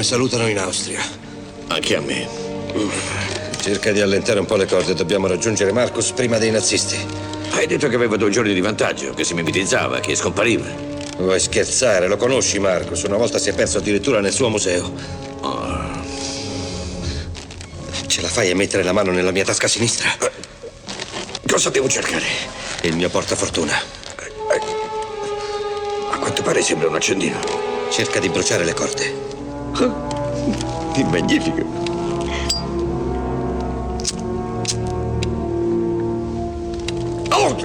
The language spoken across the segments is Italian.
Mi salutano in Austria. Anche a me. Cerca di allentare un po' le corde, dobbiamo raggiungere Marcus prima dei nazisti. Hai detto che aveva due giorni di vantaggio, che si mimetizzava, che scompariva. Vuoi scherzare? Lo conosci Marcus? Una volta si è perso addirittura nel suo museo. Ah. Ce la fai a mettere la mano nella mia tasca sinistra? Cosa devo cercare? Il mio portafortuna. A quanto pare sembra un accendino. Cerca di bruciare le corde. È magnifico. Oh!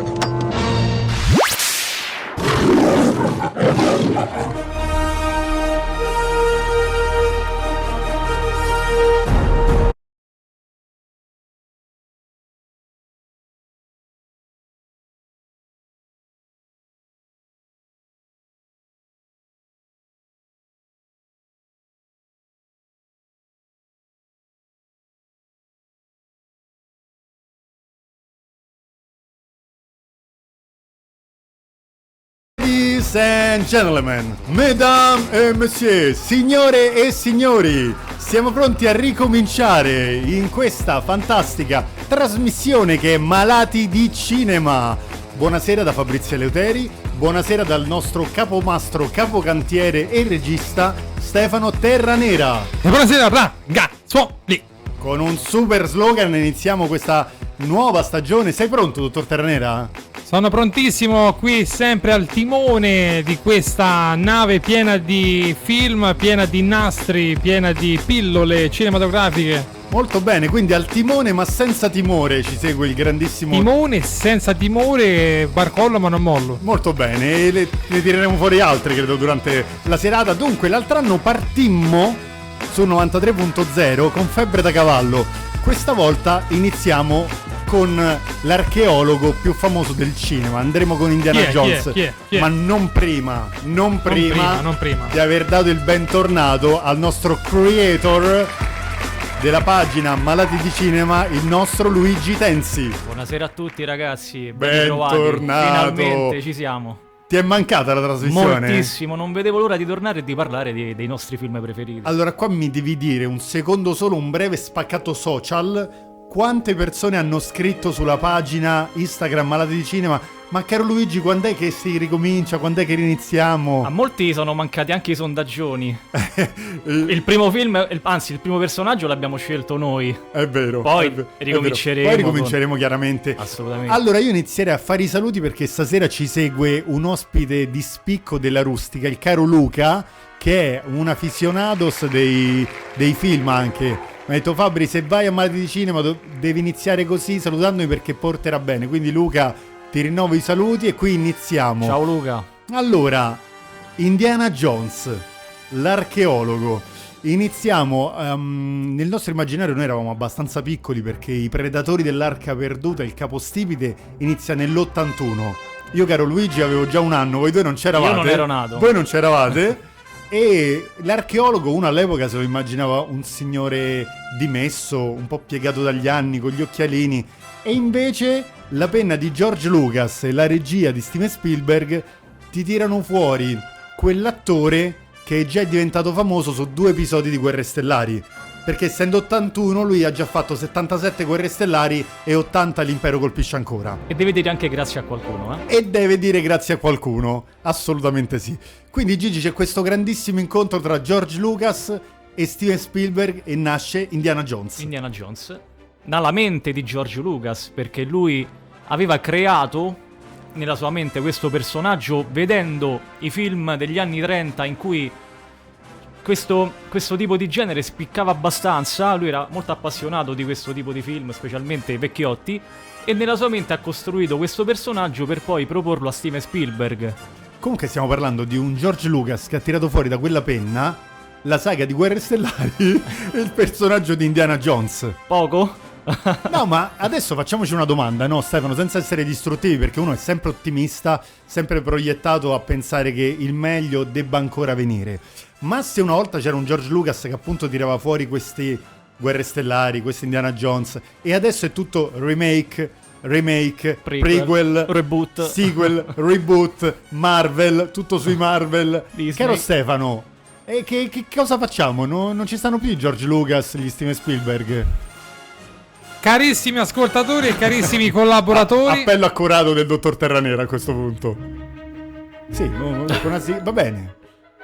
Ladies and gentlemen, mesdames et messieurs, signore e signori, siamo pronti a ricominciare in questa fantastica trasmissione che è Malati di Cinema. Buonasera da Fabrizio Eleuteri, buonasera dal nostro capomastro, capocantiere e regista Stefano Terranera. E buonasera ragazzuoli Con un super slogan iniziamo questa nuova stagione. Sei pronto, dottor Terranera? Sono prontissimo qui sempre al timone di questa nave piena di film, piena di nastri, piena di pillole cinematografiche. Molto bene, quindi al timone ma senza timore ci segue il grandissimo Timone senza timore, barcollo ma non mollo. Molto bene, e le- ne tireremo fuori altre credo durante la serata. Dunque, l'altro anno partimmo su 93.0 con Febbre da cavallo. Questa volta iniziamo con l'archeologo più famoso del cinema. Andremo con Indiana Chi è, chi è, Jones. chi è, chi è? Ma non prima, non prima, prima, non prima. di aver dato il bentornato al nostro creator della pagina Malati di Cinema, il nostro Luigi Tensi. Buonasera a tutti ragazzi, ben Bentornato. ritrovati. Finalmente ci siamo. Ti è mancata la trasmissione? Moltissimo, non vedevo l'ora di tornare e di parlare di- dei nostri film preferiti. Allora, qua mi devi dire un secondo solo, un breve spaccato social. Quante persone hanno scritto sulla pagina Instagram Malati di Cinema? Ma caro Luigi, quando è che si ricomincia? Quando è che A riniziamo? molti sono mancati anche i sondaggioni. Eh, Il primo film, il- anzi il primo personaggio l'abbiamo scelto noi. è vero. Poi è ve- è ricominceremo vero. Poi con- ricominceremo chiaramente. Assolutamente. Allora, io inizierei a fare i saluti perché stasera ci segue un ospite di spicco della rustica, il caro Luca, che è un aficionados dei, dei film anche. Mi ha detto Fabri, se vai a Malati di Cinema do- devi iniziare così salutandomi perché porterà bene. Quindi Luca, ti rinnovo i saluti e qui iniziamo. Ciao Luca. Allora, Indiana Jones, l'archeologo. Iniziamo, ehm, nel nostro immaginario noi eravamo abbastanza piccoli perché i predatori dell'arca perduta, il capostipite, inizia nell'81. Io caro Luigi avevo già un anno, voi due non c'eravate. Io non ero nato. Voi non c'eravate. e l'archeologo, uno all'epoca se lo immaginava un signore dimesso, un po' piegato dagli anni, con gli occhialini. E invece la penna di George Lucas e la regia di Steven Spielberg ti tirano fuori quell'attore che è già diventato famoso su due episodi di Guerre Stellari. Perché essendo 81 lui ha già fatto 77 Guerre Stellari e 80 L'Impero colpisce ancora. E devi dire anche grazie a qualcuno, eh. E deve dire grazie a qualcuno, assolutamente sì. Quindi Gigi c'è questo grandissimo incontro tra George Lucas e Steven Spielberg e nasce Indiana Jones. Indiana Jones. Dalla mente di George Lucas, perché lui aveva creato nella sua mente questo personaggio vedendo i film degli anni 30 in cui questo, questo tipo di genere spiccava abbastanza, lui era molto appassionato di questo tipo di film, specialmente i vecchiotti, e nella sua mente ha costruito questo personaggio per poi proporlo a Steven Spielberg. Comunque stiamo parlando di un George Lucas che ha tirato fuori da quella penna la saga di Guerre Stellari e il personaggio di Indiana Jones. Poco? No, ma adesso facciamoci una domanda, no Stefano, senza essere distruttivi, perché uno è sempre ottimista, sempre proiettato a pensare che il meglio debba ancora venire. Ma se una volta c'era un George Lucas che appunto tirava fuori questi Guerre Stellari, questi Indiana Jones, e adesso è tutto remake, remake, prequel, Prequel, reboot. sequel, reboot, Marvel, tutto sui Marvel. Disney. Caro Stefano, E che, che cosa facciamo? No- non ci stanno più i George Lucas, gli Steven Spielberg. Carissimi ascoltatori e carissimi collaboratori, Appello accurato del dottor Terranera a questo punto. Sì, con una sì- va bene.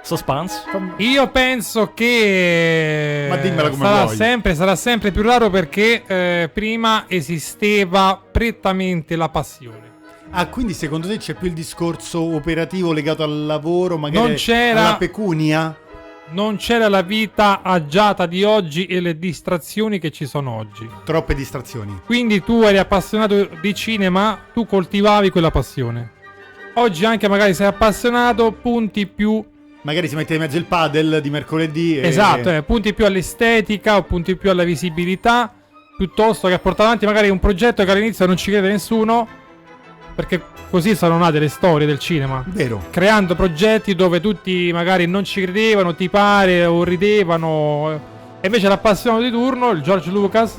Suspense. Fam- Io penso che eh, Ma dimmela come sarà, vuoi. sempre, sarà sempre più raro perché eh, prima esisteva prettamente la passione. Ah, quindi secondo te c'è più il discorso operativo legato al lavoro, magari Non c'era- alla pecunia? Non c'era la vita agiata di oggi e le distrazioni che ci sono oggi. Troppe distrazioni. Quindi tu eri appassionato di cinema, tu coltivavi quella passione. Oggi anche magari sei appassionato, punti più Magari si mette in mezzo il padel di mercoledì. e- Esatto, eh, punti più all'estetica o punti più alla visibilità, piuttosto che a portare avanti magari un progetto che all'inizio non ci crede nessuno, perché così sono nate le storie del cinema. Vero. Creando progetti dove tutti magari non ci credevano, ti pare o ridevano. E invece l'appassionato di turno, il George Lucas,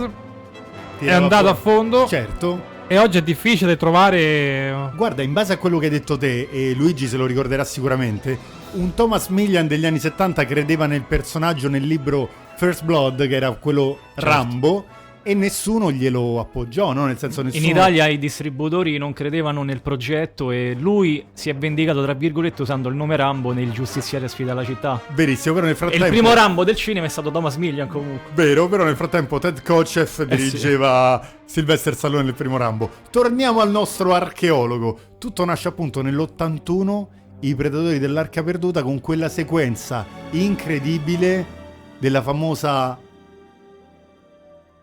è andato a fondo Certo. e oggi è difficile trovare. Guarda, in base a quello che hai detto te, e Luigi se lo ricorderà sicuramente, un Thomas Millian degli anni 70 credeva nel personaggio nel libro First Blood, che era quello Certo. Rambo, e nessuno glielo appoggiò, no? Nel senso nessuno... In Italia i distributori non credevano nel progetto e lui si è vendicato, tra virgolette, usando il nome Rambo nel giustiziere sfida la città. Verissimo, però nel E frattempo... il primo Rambo del cinema è stato Thomas Millian comunque. Vero, però nel frattempo Ted Eh Kochev dirigeva Sylvester Stallone nel primo Rambo. Torniamo al nostro archeologo. Tutto nasce appunto nell'81, i predatori dell'arca perduta con quella sequenza incredibile della famosa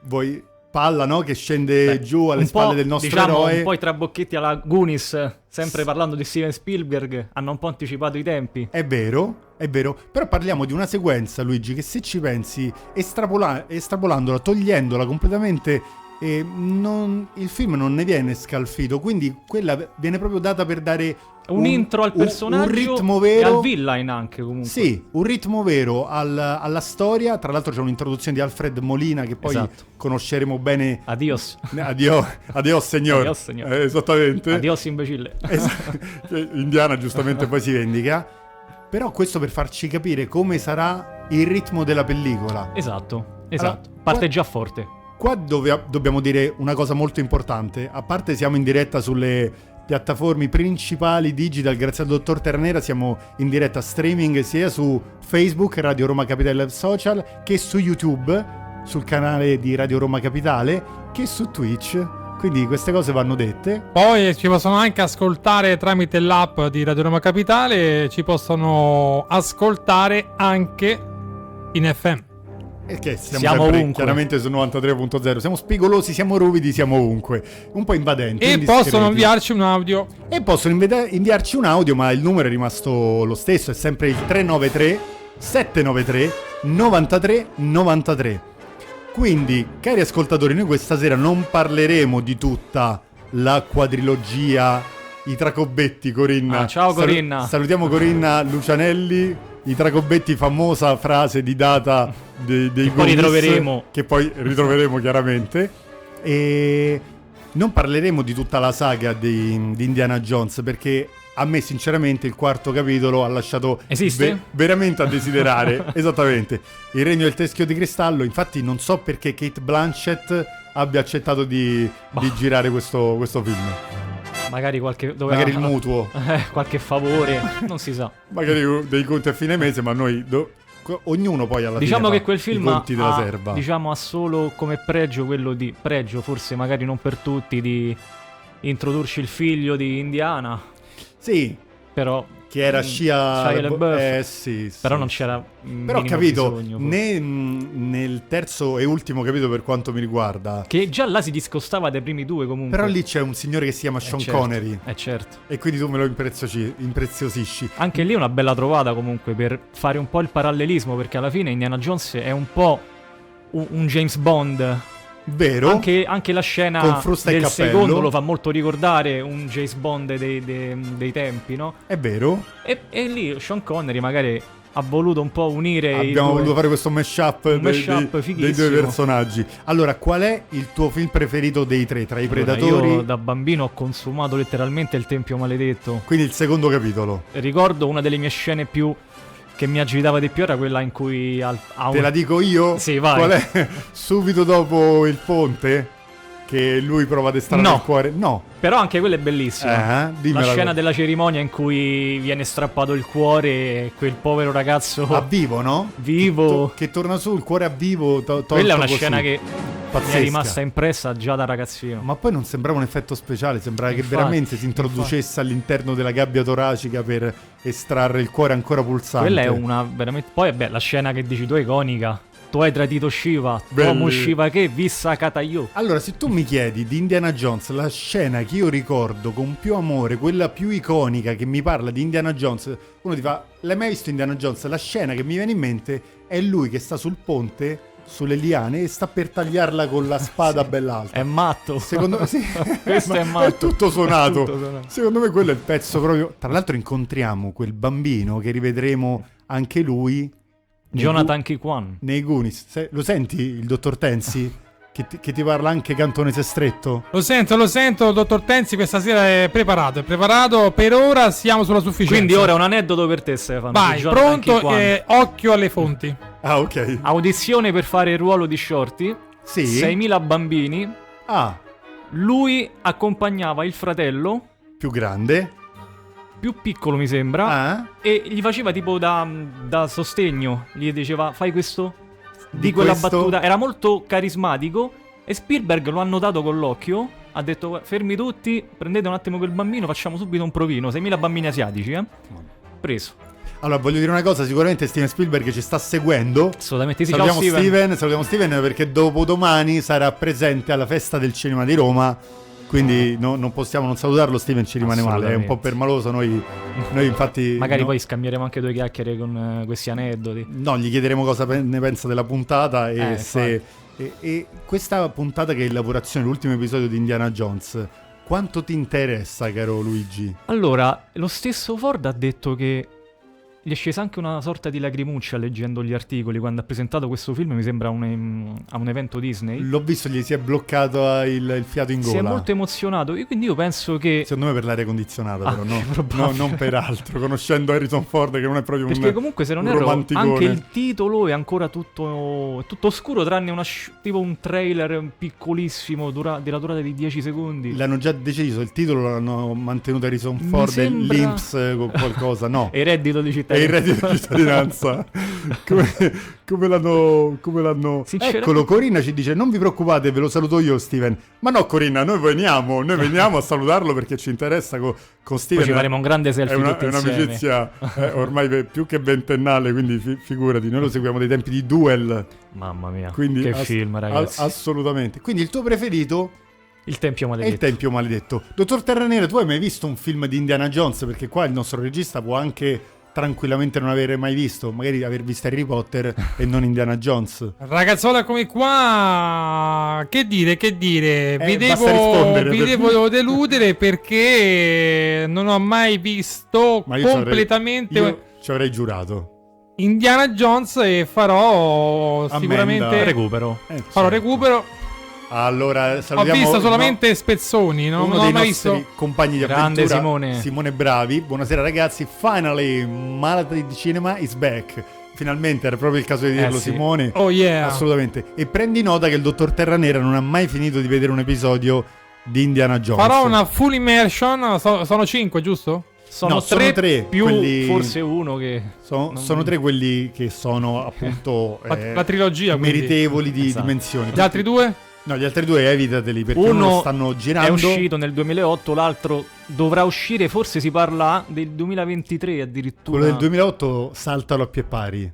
voi palla, no, che scende Beh, giù alle un spalle po', del nostro diciamo, eroe. Un po' i trabocchetti alla Goonies, sempre parlando di Steven Spielberg, hanno un po' anticipato i tempi. È vero, è vero, però parliamo di una sequenza, Luigi, che se ci pensi, estrapola- estrapolandola, togliendola completamente, eh, non- il film non ne viene scalfito, quindi quella viene proprio data per dare Un, intro al un- personaggio un ritmo e vero. al villain anche comunque. Sì, un ritmo vero al- alla storia, tra l'altro c'è un'introduzione di Alfred Molina che poi Esatto. conosceremo bene. Adios. Adio, adios signor. Adios, signor. Eh, esattamente. Adios imbecille. Esatto. Indiana giustamente poi si vendica. Però questo per farci capire come sarà il ritmo della pellicola. Esatto, esatto. Allora, Parte qua- già forte. Qua dove- dobbiamo dire una cosa molto importante. A parte siamo in diretta sulle piattaforme principali digital, grazie al dottor Ternera siamo in diretta streaming sia su Facebook, Radio Roma Capitale Social, che su YouTube, sul canale di Radio Roma Capitale, che su Twitch. Quindi queste cose vanno dette. Poi ci possono anche ascoltare tramite l'app di Radio Roma Capitale, ci possono ascoltare anche in FM. E che siamo, Siamo sempre, ovunque. chiaramente su 93.0, siamo spigolosi, siamo ruvidi, siamo ovunque, un po' invadenti. E indiscreti. possono inviarci un audio. E possono inveda- inviarci un audio, ma il numero è rimasto lo stesso, è sempre il 393 793 93 93. Quindi, cari ascoltatori, noi questa sera non parleremo di tutta la quadrilogia I Tracobetti, Corinna. Ah, ciao, Salu- Corinna. salutiamo Corinna Lucianelli, I Tracobetti, famosa frase di data dei, dei Che Goonies, poi ritroveremo. Che poi ritroveremo chiaramente. E non parleremo di tutta la saga di, di Indiana Jones perché a me sinceramente il quarto capitolo ha lasciato Esiste? veramente a desiderare. Esattamente. Il regno del teschio di cristallo, infatti non so perché Kate Blanchett abbia accettato di, di girare questo, questo film. Magari qualche... dove- Magari il mutuo, Eh, qualche favore, non si sa. magari dei conti a fine mese, ma noi... do- co- Ognuno poi alla fine Diciamo fa che quel i film conti della ha, serva. diciamo, ha solo come pregio quello di pregio, forse magari non per tutti, di introdurci il figlio di Indiana, Sì, però che era Mm, scia... Shia LaBeouf. Eh sì, sì. però non c'era mm, Però ho minimo capito, bisogno, forse. né, mh, nel terzo e ultimo capito per quanto mi riguarda, che già là si discostava dai primi due comunque. però lì c'è un signore che si chiama Eh, Sean certo, Connery Eh certo. e quindi tu me lo impreziosi- impreziosisci. Anche lì è una bella trovata comunque per fare un po' il parallelismo, perché alla fine Indiana Jones è un po' un, un James Bond. Vero? Anche, anche la scena Con frusta e del cappello. secondo lo fa molto ricordare un James Bond dei- dei- dei tempi, no? È vero? E, e lì Sean Connery magari ha voluto un po' unire i Abbiamo due. voluto fare questo mashup, Un dei, mashup dei- fighissimo. dei due personaggi. Allora, qual è il tuo film preferito dei tre tra i Allora, Predatori? Io da bambino ho consumato letteralmente il Tempio Maledetto. Quindi il secondo capitolo. Ricordo una delle mie scene più che mi agitava di più era quella in cui al- ha Te Ah, un- la dico io? Sì, vai. Qual è? Subito dopo il ponte? Che lui prova a destare No. il cuore? No. Però anche quella è bellissima. Eh, la dimmela scena tu. della cerimonia in cui viene strappato il cuore e quel povero ragazzo A vivo, no? vivo. To- Che torna su, il cuore a vivo. to- tolto Quella è una così. scena che mi Pazzesca. è rimasta impressa già da ragazzino. Ma poi non sembrava un effetto speciale, sembrava che Infatti, veramente si introducesse all'interno della gabbia toracica per estrarre il cuore ancora pulsante. Quella è una veramente. Poi, vabbè, la scena che dici tu è iconica. Tu hai tradito Shiva. Uomo Belli. Shiva che vissa Katayu. Allora, se tu mi chiedi di Indiana Jones la scena che io ricordo con più amore, quella più iconica che mi parla di Indiana Jones, uno ti fa: L'hai mai visto Indiana Jones? La scena che mi viene in mente è lui che sta sul ponte, sulle liane, e sta per tagliarla con la spada bella alta. È matto. Secondo me sì. Questo Ma è matto. tutto suonato. È tutto suonato. Secondo me quello è il pezzo proprio. Tra l'altro incontriamo quel bambino che rivedremo anche lui nei Jonathan Kikwan. Gu- nei Goonies. Se- Lo senti il dottor Tensi che ti, che ti parla anche cantonese stretto? Lo sento, lo sento, dottor Tenzi, questa sera è preparato, è preparato, per ora siamo sulla sufficienza. Quindi ora un aneddoto per te, Stefano. di Vai, Jonathan pronto Kikwan. e occhio alle fonti. Ah, ok. Audizione per fare il ruolo di Shorty. Sì. 6.000 bambini. Ah, Lui accompagnava il fratello, più grande. più piccolo mi sembra, Ah, e gli faceva tipo da, da sostegno. Gli diceva fai questo, di, Di quella questo? battuta. Era molto carismatico e Spielberg lo ha notato con l'occhio. Ha detto "Guarda, fermi tutti, prendete un attimo quel bambino, facciamo subito un provino. 6.000 bambini asiatici, eh. Preso. Allora, voglio dire una cosa, sicuramente Steven Spielberg ci sta seguendo. Assolutamente sì, ciao Salutiamo Steven. Steven. salutiamo Steven perché dopodomani sarà presente alla festa del cinema di Roma. Quindi Ah. no- non possiamo non salutarlo, Steven ci rimane male, è un po' permaloso, noi, noi infatti... Magari no- poi scambieremo anche due chiacchiere con eh, questi aneddoti. No, gli chiederemo cosa pe- ne pensa della puntata e Eh, se... E, e questa puntata che è in lavorazione, l'ultimo episodio di Indiana Jones, quanto ti interessa, caro Luigi? Allora, lo stesso Ford ha detto che gli è scesa anche una sorta di lacrimuccia leggendo gli articoli quando ha presentato questo film, mi sembra, a un, em- a un evento Disney. L'ho visto, gli si è bloccato eh, il, il fiato in Si gola. è molto emozionato, e quindi io penso che... Secondo me per l'aria condizionata, Ah, però, no, probabile. No, non per altro, conoscendo Harrison Ford che non è proprio un... Perché comunque se non un erro romanticone. anche il titolo è ancora tutto, è tutto oscuro tranne una sci- tipo un trailer piccolissimo dura- della durata di 10 secondi. L'hanno già deciso, il titolo l'hanno mantenuto Harrison Mi Ford e sembra- l'Inps eh, con qualcosa, no. E il reddito E di il reddito di cittadinanza. cittadinanza. come, come l'hanno... Come l'hanno... Sinceramente- Eccolo, Corinna ci dice, non vi preoccupate, ve lo saluto io Steven. Ma no Corinna, noi veniamo, noi veniamo a salutarlo perché ci interessa co- con Steven. Poi ci faremo un grande selfie È, una- tutti è insieme. un'amicizia eh, ormai pe- più che ventennale, quindi fi- figurati, noi lo seguiamo dai tempi di Duel. Mamma mia, Quindi che ass- film a- ragazzi. assolutamente. Quindi il tuo preferito il Tempio è il Maledetto. Tempio Maledetto. Dottor Terranera, tu hai mai visto un film di Indiana Jones? Perché qua il nostro regista può anche tranquillamente non avere mai visto, magari aver visto Harry Potter e non Indiana Jones. Ragazzola come qua, che dire, che dire, vi, Eh, basta devo, rispondere, vi per- devo deludere perché non ho mai visto Ma io ci avrei- completamente io ci avrei giurato. Indiana Jones e farò Ammenda. sicuramente... Recupero. Eh, certo. Farò recupero. Allora, Ho salutiamo visto no, solamente spezzoni, no? uno non ho dei mai nostri visto... compagni di Grande avventura, Simone. Bravi. Buonasera ragazzi, finally Malata di Cinema is back. Finalmente era proprio il caso Eh di dirlo sì. Simone. Oh yeah. Assolutamente. E prendi nota che il dottor Terranera non ha mai finito di vedere un episodio di Indiana Jones. Farò una full immersion, so- sono 5, giusto? Sono, No, sono tre, tre, più quelli- forse uno che... So- non- Sono tre quelli che sono appunto eh, La- la trilogia, quindi. meritevoli di Esatto. dimensioni. Gli altri due? No, gli altri due evitateli perché uno, Uno stanno girando. È uscito nel 2008, l'altro dovrà uscire, forse si parla del 2023 addirittura. Quello del 2008 saltalo a pie pari.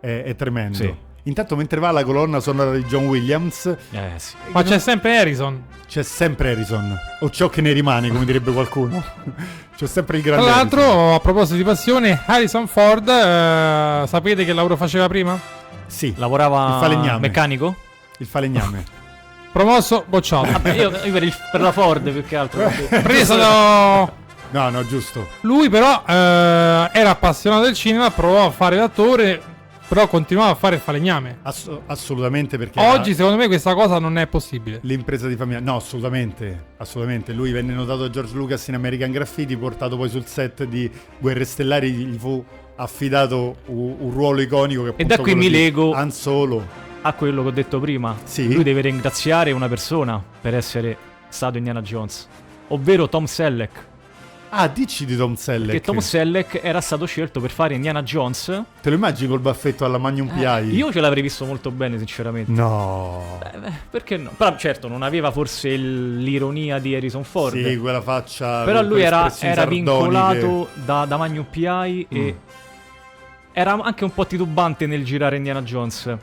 È, è tremendo. Sì. Intanto mentre va la colonna sonora di John Williams Eh sì. Ma c'è sempre Harrison. c'è sempre Harrison. O ciò che ne rimane, come direbbe qualcuno. c'è sempre il Tra grande Harrison. l'altro, a proposito di passione, Harrison Ford, eh, sapete che lavoro faceva prima? Sì, Lavorava Il falegname. meccanico? il falegname. Promosso, Ah, bocciato. Vabbè, io, io per, il- per la Ford più che altro. perché- Preso da... No, no, giusto. Lui però eh, era appassionato del cinema, provò a fare l'attore, però continuava a fare il falegname. Ass- assolutamente perché era Oggi, secondo me, questa cosa non è possibile. l'impresa di famiglia. No, assolutamente, assolutamente. Lui venne notato da George Lucas in American Graffiti, portato poi sul set di Guerre Stellari, gli fu affidato u- un ruolo iconico che E da appunto qui quello mi di lego- Han Solo. a quello che ho detto prima. Sì. Lui deve ringraziare una persona per essere stato Indiana Jones, ovvero Tom Selleck. Ah, dici di Tom Selleck. Eh. Che Tom Selleck era stato scelto per fare Indiana Jones. Te lo immagini col baffetto alla Magnum P.I.? Eh, Io ce l'avrei visto molto bene, sinceramente. No. Eh, beh, perché no? Però certo, non aveva forse il- l'ironia di Harrison Ford. Sì, quella faccia. Però con lui quelle era, espressioni era sardoniche. vincolato da, da Magnum P.I. e era anche un po' titubante nel girare Indiana Jones.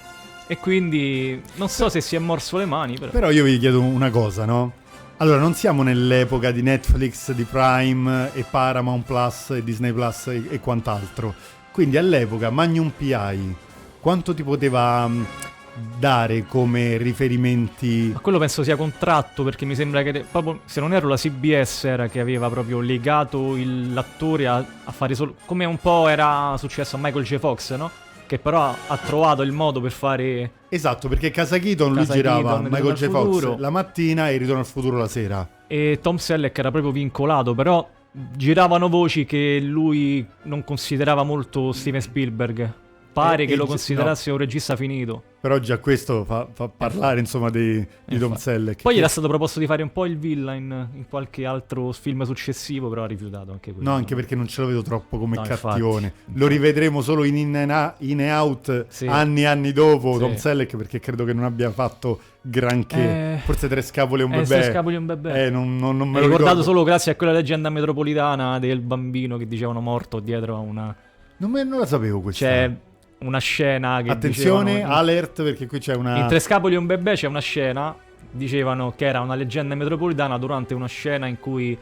E quindi non so se si è morso le mani, però. Però io vi chiedo una cosa, no? Allora, non siamo nell'epoca di Netflix, di Prime e Paramount Plus e Disney Plus e, e quant'altro. Quindi all'epoca Magnum PI quanto ti poteva mh, dare come riferimenti? Ma quello penso sia contratto perché mi sembra che, proprio, se non erro, la CBS era che aveva proprio legato il- l'attore a, a fare solo. come un po' era successo a Michael J. Fox, no? Che però ha, ha trovato il modo per fare. Esatto, perché Casa Keaton lui Casa girava Keaton, Michael J. Ritorno al Fox futuro. la mattina e Ritorno al futuro la sera. E Tom Selleck era proprio vincolato, però giravano voci che lui non considerava molto Steven Spielberg. Pare E- che e lo gi- considerasse un regista finito. Però già questo fa, fa parlare, insomma, di, di Tom Selleck. Eh, Poi Che- gli era stato proposto di fare un po' il villain in qualche altro film successivo, però ha rifiutato anche quello. No, anche perché non ce lo vedo troppo come No, infatti. cattione. Lo rivedremo solo in In, and Out- in and Out Sì. anni e anni dopo Sì. Tom Selleck perché credo che non abbia fatto granché. Eh, Forse tre scapole e un eh, bebè. Tre scapoli e un bebè. Eh, non, non- non me È lo ricordo. ricordato solo grazie a quella leggenda metropolitana del bambino che dicevano morto dietro a una. Non, me- non la sapevo questa. C'è una scena Cioè, che. Attenzione, dicevano- alert perché qui c'è una... In Tre Scapoli e un Bebè c'è una scena. Dicevano che era una leggenda metropolitana durante una scena in cui.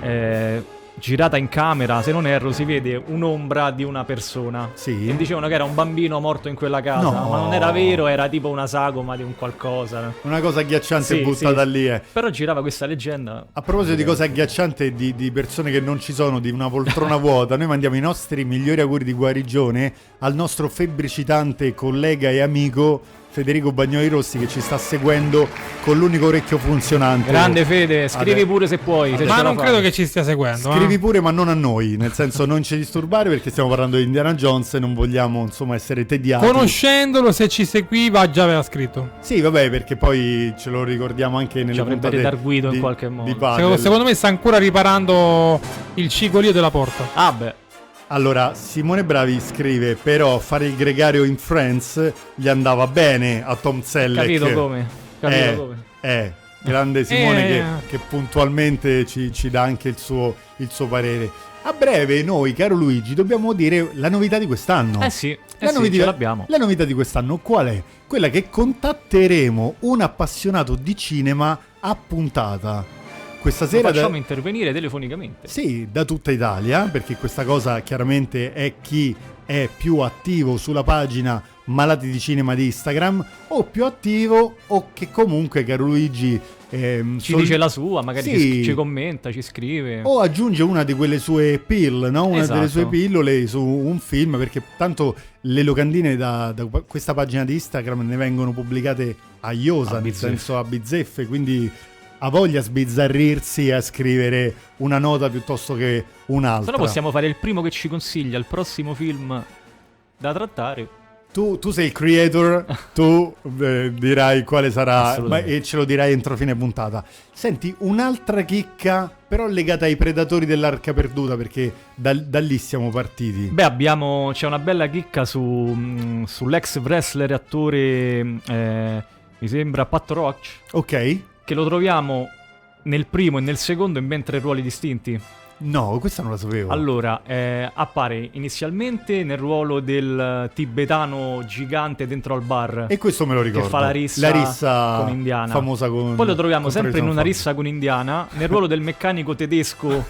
eh, girata in camera, se non erro, si vede un'ombra di una persona. Sì. E dicevano che era un bambino morto in quella casa. No. Ma non era vero, era tipo una sagoma di un qualcosa. Una cosa agghiacciante Sì, buttata sì. lì. eh. Però girava questa leggenda. A proposito di cose agghiaccianti e di, di persone che non ci sono, di una poltrona vuota, noi mandiamo i nostri migliori auguri di guarigione al nostro febbricitante collega e amico Federico Bagnoli Rossi che ci sta seguendo con l'unico orecchio funzionante. Grande Fede, scrivi Adè. pure se puoi. se Adè. ce Ma la non fai. credo che ci stia seguendo. eh. Scrivi pure ma non a noi, nel senso non ci disturbare perché stiamo parlando di Indiana Jones e non vogliamo insomma essere tediati. Conoscendolo, se ci seguiva, già aveva scritto. Sì, vabbè, perché poi ce lo ricordiamo anche nelle avrebbe puntate dar guido in di- qualche modo. di Secondo- Padel. secondo me sta ancora riparando il cigolio della porta. Ah, beh. Allora, Simone Bravi scrive, però fare il gregario in Friends gli andava bene a Tom Selleck. Capito come? Capito eh, come? eh, grande Simone Eh. che, che puntualmente ci, ci dà anche il suo, il suo parere. A breve noi, caro Luigi, dobbiamo dire la novità di quest'anno. Eh sì, eh La sì, novità- ce l'abbiamo. La novità di quest'anno qual è? Quella che contatteremo un appassionato di cinema a puntata. Questa Lo sera... da- facciamo intervenire telefonicamente. sì, da tutta Italia, perché questa cosa chiaramente è chi è più attivo sulla pagina Malati di Cinema di Instagram o più attivo o che comunque, caro Luigi, ehm, Ci sol- dice la sua, magari Sì. ci, ci commenta, ci scrive. o aggiunge una di quelle sue pill, no? una Esatto. delle sue pillole su un film, perché tanto le locandine da, da questa pagina di Instagram ne vengono pubblicate a iosa, A nel bizzeffe. senso a bizzeffe, quindi ha voglia a sbizzarrirsi e a scrivere una nota piuttosto che Se un'altra. no possiamo fare il primo che ci consiglia il prossimo film da trattare. Tu, tu sei il creator, tu eh, dirai quale sarà ma- Assolutamente. e ce lo dirai entro fine puntata. Senti, un'altra chicca però legata ai predatori dell'arca perduta perché da, da lì siamo partiti. Beh, abbiamo. C'è una bella chicca su, mh, sull'ex wrestler e attore. mh, eh, mi sembra Pat Roach. Ok? Che lo troviamo nel primo e nel secondo in ben tre ruoli distinti. No, questa non la sapevo. Allora, eh, appare inizialmente nel ruolo del tibetano gigante dentro al bar. e questo me lo ricordo. che fa la rissa, con indiana. famosa con Poi lo troviamo con sempre in Harrison una Ford. rissa con indiana, nel ruolo del meccanico tedesco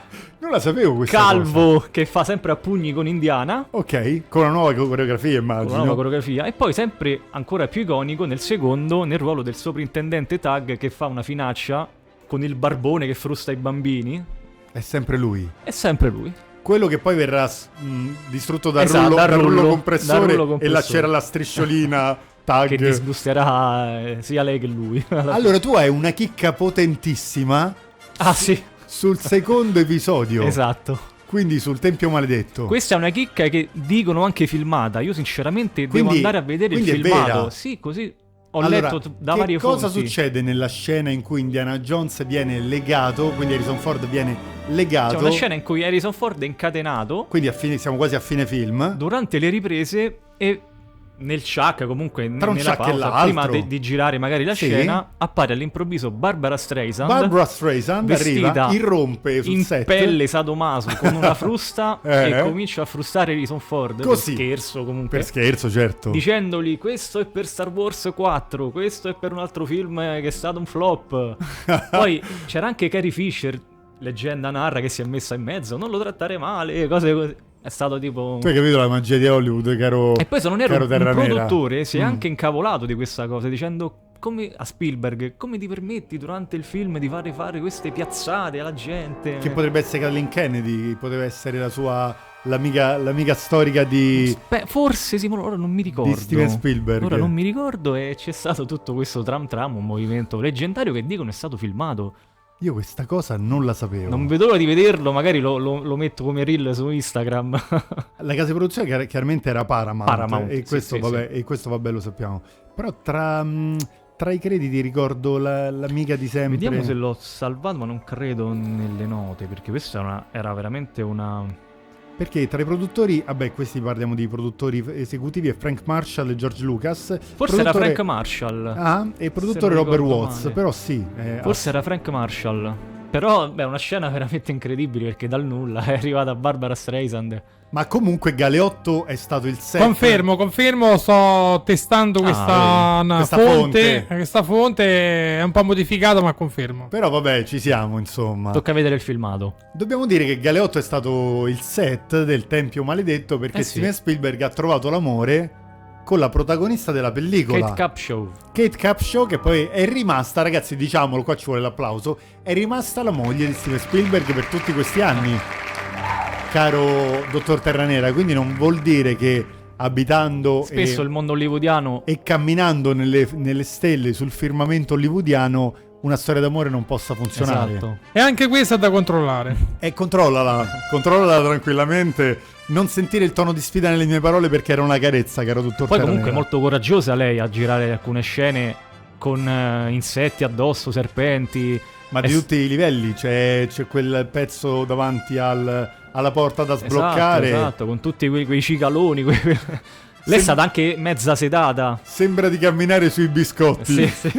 Non la sapevo questa cosa. calvo che fa sempre a pugni con indiana. Ok, con una nuova coreografia Con immagino. una nuova coreografia. E poi sempre ancora più iconico nel secondo, nel ruolo del soprintendente Tag che fa una finaccia con il barbone che frusta i bambini. È sempre lui. È sempre lui. Quello che poi verrà s- mh, distrutto dal, Esatto, rullo, dal dal rullo rullo- compressore, dal rullo e là c'era compressore. la strisciolina tag. Che disgusterà eh, sia lei che lui. Allora tu hai una chicca potentissima ah sì, sul secondo episodio. esatto. Quindi sul Tempio Maledetto. Questa è una chicca che dicono anche filmata. Io sinceramente devo Quindi- andare a vedere il quindi è filmato. vera. Sì, così ho Allora, letto t- da che varie cosa fonti. succede nella scena in cui Indiana Jones viene legato, quindi Harrison Ford viene legato, C'è una Diciamo, scena in cui Harrison Ford è incatenato quindi a fine- siamo quasi a fine film, durante le riprese e nel ciak comunque n- Tra un nella ciak e pausa l'altro. prima de- di girare magari la Sì. scena appare all'improvviso Barbara Streisand Barbara Streisand vestita arriva, irrompe sul in set. pelle sadomaso con una frusta Eh. e comincia a frustare Harrison Ford Così. per scherzo comunque per scherzo, certo. dicendogli questo è per Star Wars 4, questo è per un altro film eh, che è stato un flop. Poi c'era anche Carrie Fisher, leggenda narra che si è messa in mezzo, non lo trattare male, cose così. È stato tipo... Tu hai capito la magia di Hollywood, caro E poi se non ero caro un Terranera. produttore si è Mm. anche incavolato di questa cosa dicendo come- a Spielberg come ti permetti durante il film di fare fare queste piazzate alla gente. Che potrebbe essere Kathleen Kennedy, poteva essere la sua... l'amica, l'amica storica di... Beh, forse Simone, ora non mi ricordo. Steven Spielberg. Ora non mi ricordo e c'è stato tutto questo tram tram, un movimento leggendario che dicono è stato filmato. Io questa cosa non la sapevo. Non vedo l'ora di vederlo, magari lo, lo- lo metto come reel su Instagram. La casa di produzione chiar- chiaramente era Paramount, Paramount, e, sì, questo, sì, vabbè, e questo vabbè lo sappiamo. Però tra, mh, tra i crediti ricordo la- l'amica di sempre. Vediamo se l'ho salvato, ma non credo nelle note, perché questa è una- era veramente una... Perché tra i produttori, vabbè questi parliamo di produttori esecutivi, è Frank Marshall e George Lucas. Forse era Produttore- Frank Marshall. Ah, e produttore non Robert ricordo Watts, male. però sì. eh, Forse era Frank Marshall. Però, beh, una scena veramente incredibile perché dal nulla è arrivata Barbara Streisand. ah, ma comunque Galeotto è stato il set. Confermo, confermo, sto testando questa, Ah, vedi, na- questa fonte. fonte. Questa fonte è un po' modificata, ma confermo. Però vabbè, ci siamo insomma. Tocca vedere il filmato. Dobbiamo dire che Galeotto è stato il set del Tempio Maledetto perché Eh sì. Steven Spielberg ha trovato l'amore con la protagonista della pellicola. Kate Capshaw. Kate Capshaw, che poi è rimasta, ragazzi, diciamolo, qua ci vuole l'applauso, è rimasta la moglie di Steven Spielberg per tutti questi anni, caro dottor Terranera. Quindi non vuol dire che abitando Spesso e, il mondo hollywoodiano e camminando nelle, nelle stelle sul firmamento hollywoodiano una storia d'amore non possa funzionare. Esatto. E anche questa è da controllare. E Eh, controllala, controllala tranquillamente. Non sentire il tono di sfida nelle mie parole perché era una carezza, caro dottor Poi comunque è Terranera. molto coraggiosa lei a girare alcune scene con eh, insetti addosso, serpenti. Ma di Es- tutti i livelli, c'è, c'è quel pezzo davanti al- alla porta da Esatto, sbloccare. Esatto, con tutti quei, quei cicaloni. quei- Lei Sem- è stata anche mezza sedata. Sembra di camminare sui biscotti. Sì, sì.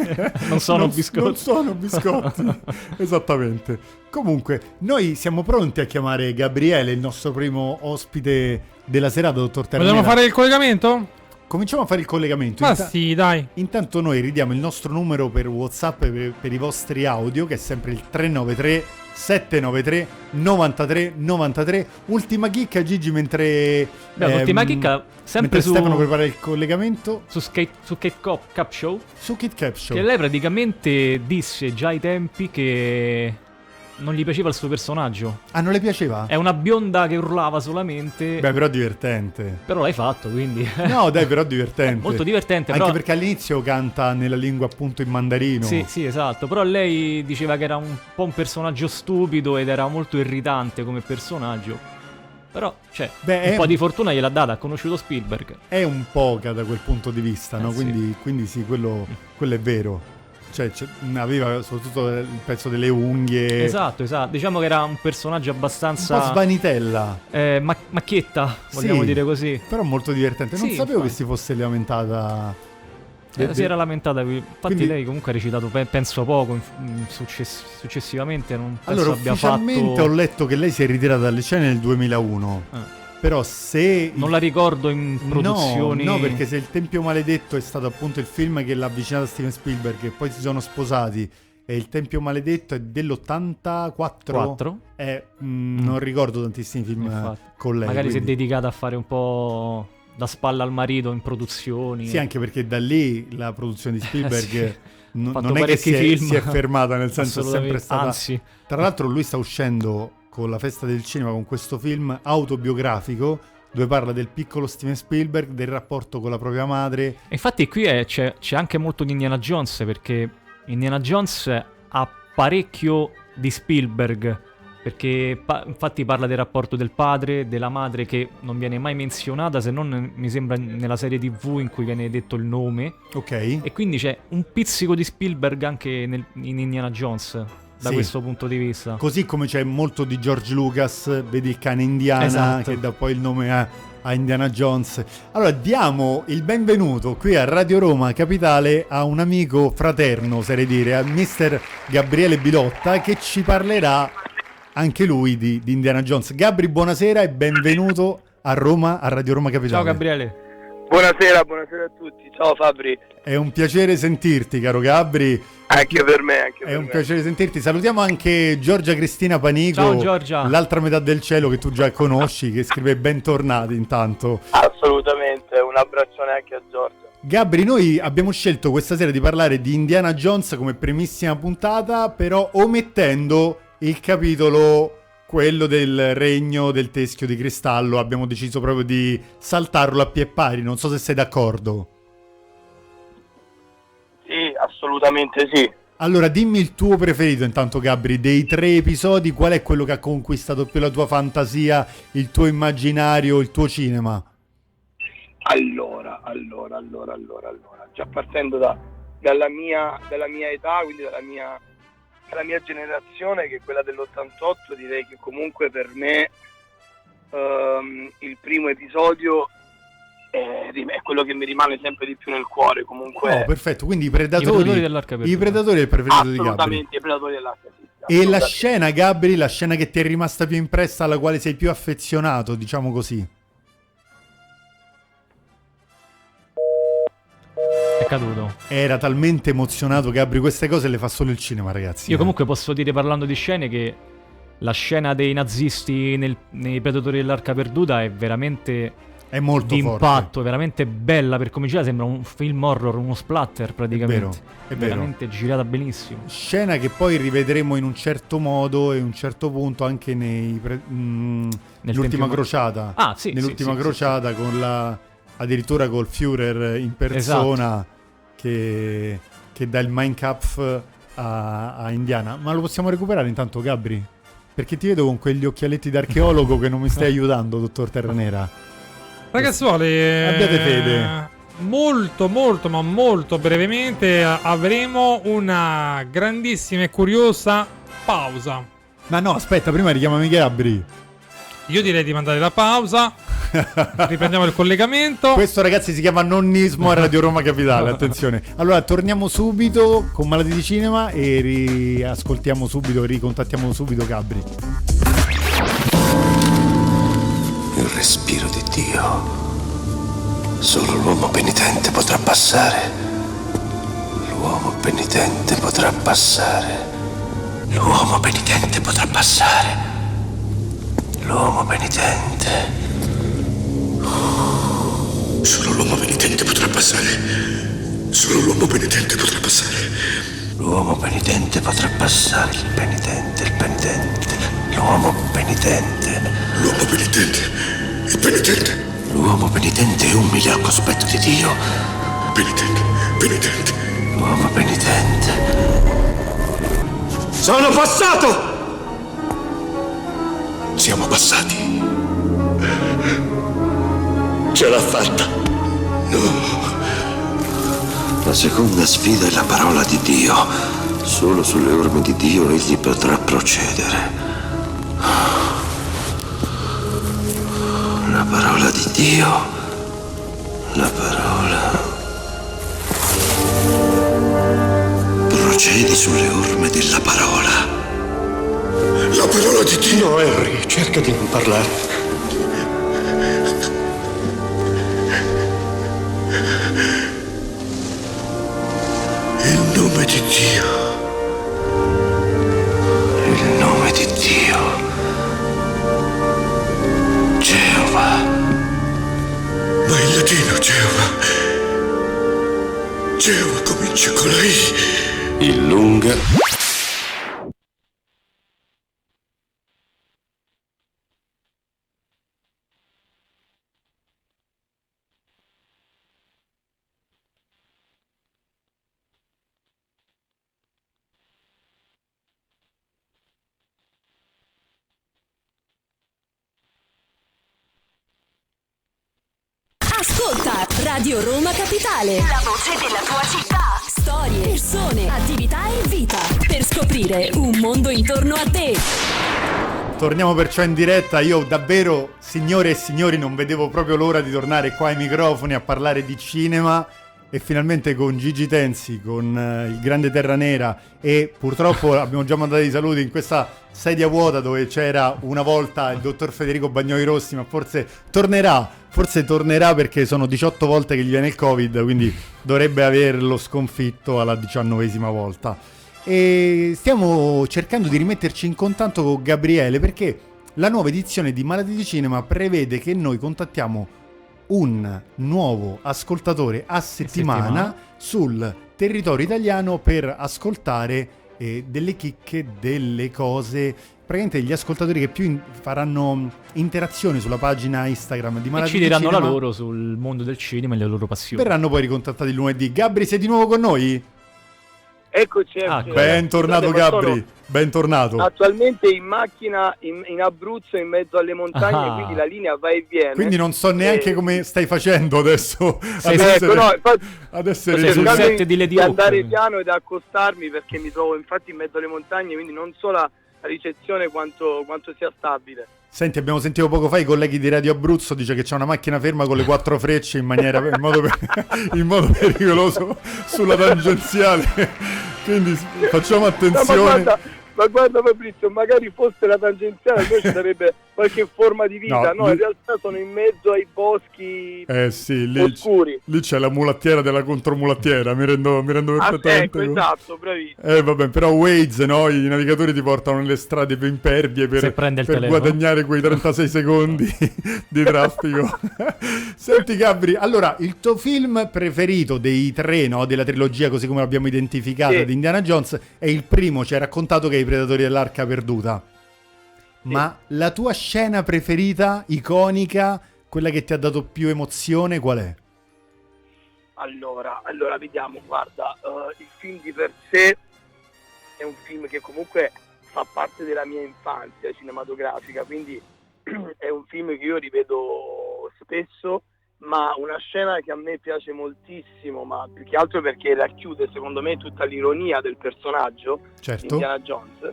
Non sono s- biscotti. Non sono biscotti. Esattamente. Comunque, noi siamo pronti a chiamare Gabriele, il nostro primo ospite della serata, dottor Terranera. Vogliamo fare il collegamento? Cominciamo a fare il collegamento. Ma Inta- sì, dai. Intanto noi ridiamo il nostro numero per WhatsApp e per, per i vostri audio, che è sempre il 393 793 93 93. Ultima chicca, Gigi, mentre. Beh, l'ultima ehm, chicca sempre mentre su, Stefano prepara il collegamento su, skate, su Kate Cop Cup Show. su Kit Che Capshaw. lei praticamente disse già ai tempi che non gli piaceva il suo personaggio. Ah, non le piaceva? È una bionda che urlava solamente. Beh, però divertente. Però l'hai fatto, quindi. No, dai, però divertente. Molto divertente, Anche però. perché all'inizio canta nella lingua appunto in mandarino. Sì, sì, esatto. Però lei diceva che era un po' un personaggio stupido ed era molto irritante come personaggio. Però, cioè, Beh, un è- po' di fortuna gliel'ha data, ha conosciuto Spielberg. È un poca da quel punto di vista, no? Eh, sì. Quindi, quindi sì, quello, quello è vero. Cioè, c'è- aveva soprattutto il pezzo delle unghie. Esatto, esatto. Diciamo che era un personaggio Eh. Un abbastanza po' svanitella, eh, mac- macchietta, vogliamo Sì. dire così. però molto divertente. Non Sì, sapevo che infatti. si fosse lamentata. Eh, de- si de- era lamentata, infatti Quindi- lei comunque ha recitato, pe- penso poco, in- in- success- successivamente non penso Allora, abbia fatto... ufficialmente ho letto che lei si è ritirata dalle scene nel 2001. Ah. Però se. Non la ricordo in produzioni... No, no, perché se il Tempio Maledetto è stato appunto il film che l'ha avvicinato a Steven Spielberg e poi si sono sposati e il Tempio Maledetto è dell'84. 4? Eh, mh, non ricordo tantissimi film eh, Mm. Infatti. con lei. Magari si è quindi- dedicata a fare un po' da spalla al marito in produzioni. Eh, Sì, anche perché da lì la produzione di Spielberg Sì. n- Ha fatto non è che si parecchi è, film. si è fermata, nel senso è sempre Assolutamente. stata... Anzi, Tra l'altro lui sta uscendo con la festa del cinema con questo film autobiografico dove parla del piccolo Steven Spielberg, del rapporto con la propria madre. infatti qui è- c'è, c'è anche molto di Indiana Jones perché Indiana Jones ha parecchio di Spielberg. perché pa- infatti parla del rapporto del padre, della madre che non viene mai menzionata se non mi sembra nella serie tv in cui viene detto il nome Ok. e quindi c'è un pizzico di Spielberg anche nel- in Indiana Jones da Sì. questo punto di vista. Così come c'è molto di George Lucas, vedi il cane indiana Esatto. che dà poi il nome a, a Indiana Jones. Allora diamo il benvenuto qui a Radio Roma Capitale a un amico fraterno, oserei dire, a mister Gabriele Bilotta che ci parlerà anche lui di, di Indiana Jones. Gabri, buonasera e benvenuto a Roma, a Radio Roma Capitale. Ciao Gabriele. Buonasera, buonasera a tutti. Ciao Fabri, È un piacere sentirti, caro Gabri. anche per me, anche È per un me. piacere sentirti. Salutiamo anche Giorgia Cristina Panico. Ciao, Giorgia. L'altra metà del cielo che tu già conosci, che scrive bentornati intanto. Assolutamente, un abbraccione anche a Giorgio. Gabri, noi abbiamo scelto questa sera di parlare di Indiana Jones come primissima puntata, però omettendo il capitolo quello del regno del teschio di cristallo. Abbiamo deciso proprio di saltarlo a pie pari. Non so se sei d'accordo. Sì, assolutamente sì. Allora, dimmi il tuo preferito intanto, Gabri, dei tre episodi, qual è quello che ha conquistato più la tua fantasia, il tuo immaginario, il tuo cinema? Allora, allora, allora, allora, allora. Già partendo da- dalla, mia, dalla mia età, quindi dalla mia, dalla mia generazione, che è quella dell'88, direi che comunque per me ehm, il primo episodio è, è quello che mi rimane sempre di più nel cuore. Comunque, Oh, perfetto, quindi i I predatori, predatori dell'arca i perduta. predatori è il preferito di Gabri. assolutamente i predatori dell'arte. sì, E la assolutamente. scena, Gabri, la scena che ti è rimasta più impressa, alla quale sei più affezionato, diciamo così. È caduto. Era talmente emozionato, Gabri, queste cose le fa solo il cinema, ragazzi. eh. Io comunque posso dire parlando di scene che la scena dei nazisti nel- nei Predatori dell'Arca Perduta è veramente è molto di forte. impatto, è veramente bella per come gira, sembra un film horror, uno splatter È praticamente. vero, è vero. Veramente girata benissimo. Scena che poi rivedremo in un certo modo e in un certo punto anche nei pre- mm, Nel l'ultima Tempio- crociata. Ah, sì, sì, Nell'ultima sì, sì, crociata con la addirittura col Führer in persona Esatto. che, che dà il Mein Kampf a, a Indiana. Ma lo possiamo recuperare intanto, Gabri? Perché ti vedo con quegli occhialetti d'archeologo che non mi stai aiutando, dottor Terranera. Ragazzuoli, Abbiate eh, fede. Molto, molto, ma molto brevemente a- avremo una grandissima e curiosa pausa. Ma no, aspetta, prima richiamami Gabri. Io direi di mandare la pausa. Riprendiamo il collegamento. Questo ragazzi si chiama nonnismo a Radio Roma Capitale, attenzione. Allora torniamo subito con Malati di Cinema e riascoltiamo subito, ricontattiamo subito Gabri. il respiro di Dio. Solo l'uomo penitente potrà passare. L'uomo penitente potrà passare. L'uomo penitente potrà passare. L'uomo penitente. Solo l'uomo penitente potrà passare. Solo l'uomo penitente potrà passare. L'uomo penitente potrà passare. Il penitente, il penitente. L'uomo penitente. L'uomo penitente. Il penitente. L'uomo penitente è umile al cospetto di Dio. Penitente. Penitente. L'uomo penitente. Sono passato! Siamo passati. Ce l'ha fatta. La seconda sfida è la parola di Dio. Solo sulle orme di Dio egli potrà procedere. La parola di Dio. La parola. Procedi sulle orme della parola. La parola di Dio. No, Henry, cerca di non parlare. Il nome di Dio. Il nome di Dio. Geova. Ma il latino, Geova. Geova comincia con la I. Illunga. Whatsapp Radio Roma Capitale. La voce della tua città. Storie, persone, attività e vita. Per scoprire un mondo intorno a te. Torniamo perciò in diretta, io davvero, signore e signori, non vedevo proprio l'ora di tornare qua ai microfoni a parlare di cinema e finalmente con Gigi Tensi, con eh, il grande Terra Nera e purtroppo abbiamo già mandato i saluti in questa sedia vuota dove c'era una volta il dottor Federico Bagnoi Rossi, ma forse tornerà, forse tornerà perché sono 18 volte che gli viene il Covid, quindi dovrebbe averlo sconfitto alla diciannovesima volta e stiamo cercando di rimetterci in contatto con Gabriele perché la nuova edizione di Malati di Cinema prevede che noi contattiamo un nuovo ascoltatore a settimana, settimana. sul territorio italiano per ascoltare eh, delle chicche, delle cose. Praticamente gli ascoltatori che più in- faranno mh, interazione sulla pagina Instagram di E Malati ci di Cinema diranno la loro sul mondo del cinema e le loro passioni. verranno poi ricontattati lunedì. Gabri, sei di nuovo con noi? Eccoci, Ah, eccoci. Bentornato Scusate, ma sono- Ah, Gabri, bentornato. Attualmente in macchina in, in Abruzzo, in mezzo alle montagne, Ah. quindi la linea va e viene. Quindi non so neanche Eh, come stai facendo adesso ad ecco, essere, no, infatti- ad sto essere Cos'è, giù. sul cercando set di, di Lady di Hawk. andare piano ed accostarmi perché mi trovo infatti in mezzo alle montagne, quindi non so la, la ricezione quanto, quanto sia stabile. Senti, abbiamo sentito poco fa i colleghi di Radio Abruzzo dice che c'è una macchina ferma con le quattro frecce in, maniera, in, modo, per- in modo pericoloso sulla tangenziale. Quindi s- facciamo No, ma attenzione. guarda, ma guarda Fabrizio, magari fosse la tangenziale, allora ci sarebbe qualche forma di vita. No, No, in lui- realtà sono in mezzo ai boschi eh sì, lì, oscuri. lì c'è la mulattiera della contromulattiera, mi rendo, mi rendo Ah, perfettamente ecco, conto. esatto, bravissimo. Eh vabbè, però Waze, no? I navigatori ti portano nelle strade più impervie Se per, prende il per telefono. guadagnare quei 36 secondi di traffico. Senti Gabri, allora, il tuo film preferito dei tre, no? Della trilogia, così come l'abbiamo identificata, Sì. di Indiana Jones, è il primo, ci hai raccontato che è I Predatori dell'Arca Perduta. Ma la tua scena preferita, iconica, quella che ti ha dato più emozione, qual è? Allora, allora vediamo, guarda, eh, il film di per sé è un film che comunque fa parte della mia infanzia cinematografica, quindi è un film che io rivedo spesso, ma una scena che a me piace moltissimo, ma più che altro perché racchiude secondo me tutta l'ironia del personaggio, di Certo. Indiana Jones,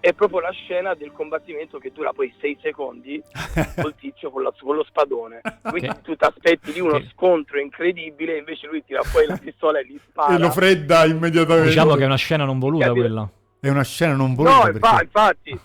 è proprio la scena del combattimento che dura poi 6 secondi col tizio con, la- con lo spadone. Quindi Ok. tu ti aspetti lì uno Ok. scontro incredibile, invece lui tira fuori la pistola e gli spara. E lo fredda immediatamente. Diciamo che è una scena non voluta Capito. quella. È una scena non voluta. no, perché- infa- infatti,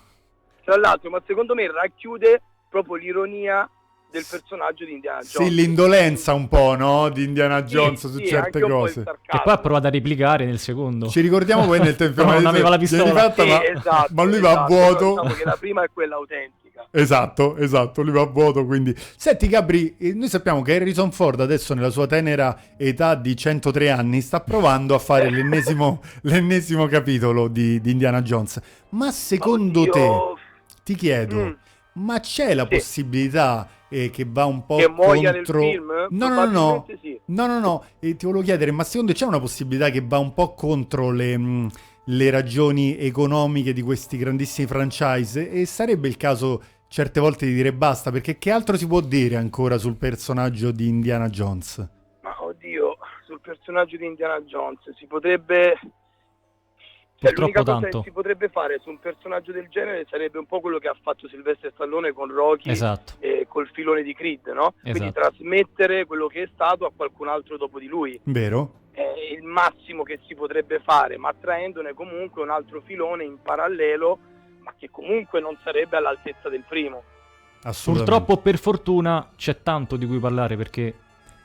tra l'altro, ma secondo me racchiude proprio l'ironia del personaggio di Indiana Jones. Sì, l'indolenza un po', no? Di Indiana Sì, Jones su sì, certe anche un po' il cose. sarcasmo. Che poi ha provato a replicare nel secondo. Ci ricordiamo poi nel tempo Però non Vieni aveva la pistola. fatta, Sì, ma, esatto, ma lui va a esatto, vuoto. Diciamo che la prima è quella autentica. Esatto, esatto, lui va a vuoto, quindi... Senti Gabri, eh, noi sappiamo che Harrison Ford adesso nella sua tenera età di 103 anni sta provando a fare l'ennesimo, l'ennesimo capitolo di, di Indiana Jones. Ma secondo Oddio, te, ti chiedo, Mm. ma c'è la Sì. possibilità eh, che va un po' Che muoia nel contro... film? No, no, no, no. Probabilmente sì. No, no, no, e ti volevo chiedere, ma secondo te c'è una possibilità che va un po' contro le, mh, le ragioni economiche di questi grandissimi franchise? E sarebbe il caso certe volte di dire basta, perché che altro si può dire ancora sul personaggio di Indiana Jones? Ma oddio, sul personaggio di Indiana Jones si potrebbe. Cioè, Purtroppo l'unica cosa tanto. che si potrebbe fare su un personaggio del genere sarebbe un po' quello che ha fatto Silvestre Stallone con Rocky Esatto. e col filone di Creed, no? Quindi Esatto. trasmettere quello che è stato a qualcun altro dopo di lui. Vero? È il massimo che si potrebbe fare, ma traendone comunque un altro filone in parallelo, ma che comunque non sarebbe all'altezza del primo. Assolutamente. Purtroppo per fortuna c'è tanto di cui parlare perché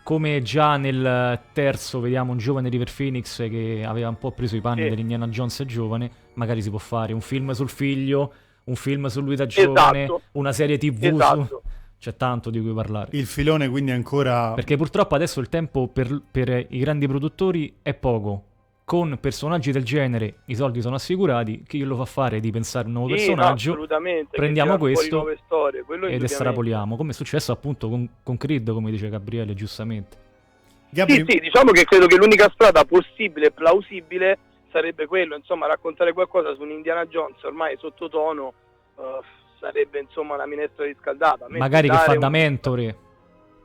come già nel terzo vediamo un giovane River Phoenix che aveva un po' preso i panni Sì. dell'Indiana Jones giovane, magari si può fare un film sul figlio, un film su lui da giovane, Esatto. una serie TV su- Esatto. c'è tanto di cui parlare. Il filone quindi è ancora... Perché purtroppo adesso il tempo per, per i grandi produttori è poco. Con personaggi del genere i soldi sono assicurati, chi glielo fa fare di pensare un nuovo Sì, no, personaggio assolutamente, che prendiamo tirano fuori questo nuove storie, quello ed indubbiamente. estrapoliamo, come è successo appunto con, con Creed, come dice Gabriele giustamente. Gabri, Sì, sì, diciamo che credo che l'unica strada possibile e plausibile sarebbe quello, insomma, raccontare qualcosa su un Indiana Jones ormai sottotono eh, sarebbe insomma una minestra riscaldata. A me Magari che dare fa da un- mentore.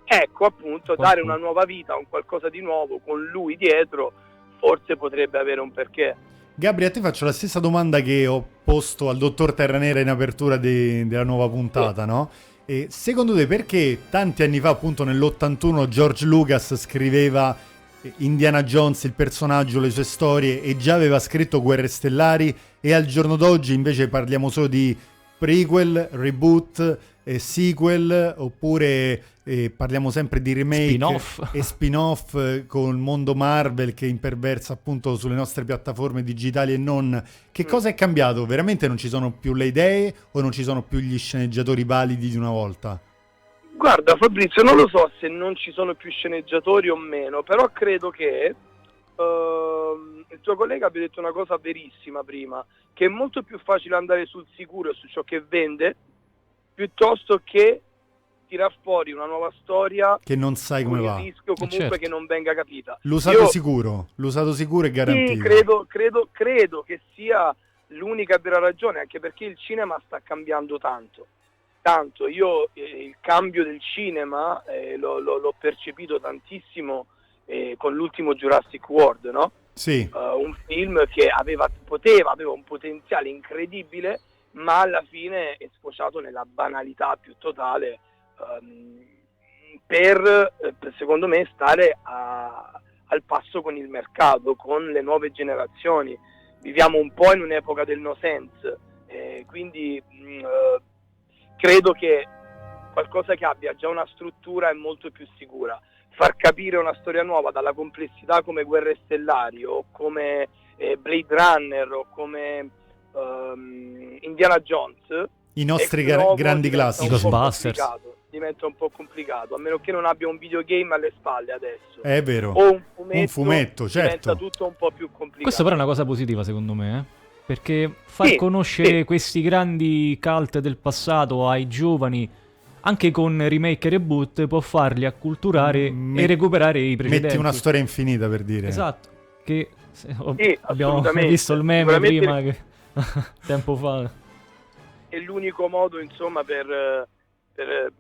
Ecco appunto, dare una nuova vita a un qualcosa di nuovo con lui dietro forse potrebbe avere un perché. Gabri, a te faccio la stessa domanda che ho posto al dottor Terranera in apertura de- della nuova puntata, no? E secondo te perché tanti anni fa, appunto nell'81, George Lucas scriveva eh, Indiana Jones, il personaggio, le sue storie e già aveva scritto Guerre Stellari e al giorno d'oggi invece parliamo solo di prequel, reboot, eh, sequel oppure eh, parliamo sempre di remake Spin-off. e spin-off eh, con il mondo Marvel che imperversa appunto sulle nostre piattaforme digitali e non. Mm. Che cosa è cambiato? Veramente non ci sono più le idee o non ci sono più gli sceneggiatori validi di una volta? Guarda Fabrizio, non lo so se non ci sono più sceneggiatori o meno, però credo che ehm, il tuo collega abbia detto una cosa verissima prima, che è molto più facile andare sul sicuro e su ciò che vende piuttosto che tirar fuori una nuova storia Che non sai come con il va. rischio comunque certo. che non venga capita. L'usato Io- sicuro, l'usato sicuro è garantito. Sì, credo, credo, credo che sia l'unica vera ragione, anche perché il cinema sta cambiando tanto. Tanto, io eh, il cambio del cinema eh, l'ho, l'ho- l'ho percepito tantissimo eh, con l'ultimo Jurassic World, no? Sì, Eh, un film che aveva, poteva, aveva un potenziale incredibile, ma alla fine è sfociato nella banalità più totale ehm, per, eh, per, secondo me, stare a- al passo con il mercato, con le nuove generazioni. Viviamo un po' in un'epoca del no sense, eh, quindi mh, eh, credo che qualcosa che abbia già una struttura è molto più sicura far capire una storia nuova dalla complessità come Guerre Stellari o come eh, Blade Runner o come ehm, Indiana Jones i nostri è gra- nuovo, grandi diventa classici. un po' Ghostbusters. complicato, diventa un po' complicato a meno che non abbia un videogame alle spalle adesso È vero. o un fumetto, Eh, un fumetto, certo. diventa tutto un po' più complicato Questa però è una cosa positiva secondo me, eh? perché far Sì, conoscere sì. questi grandi cult del passato ai giovani, anche con remake e reboot, può farli acculturare Me- e recuperare i precedenti. Mm, Metti una storia infinita per dire. Esatto, che se- ho- Sì, abbiamo assolutamente. visto il meme Sicuramente- Eh, prima, che... tempo fa. è l'unico modo insomma per, eh, per, eh,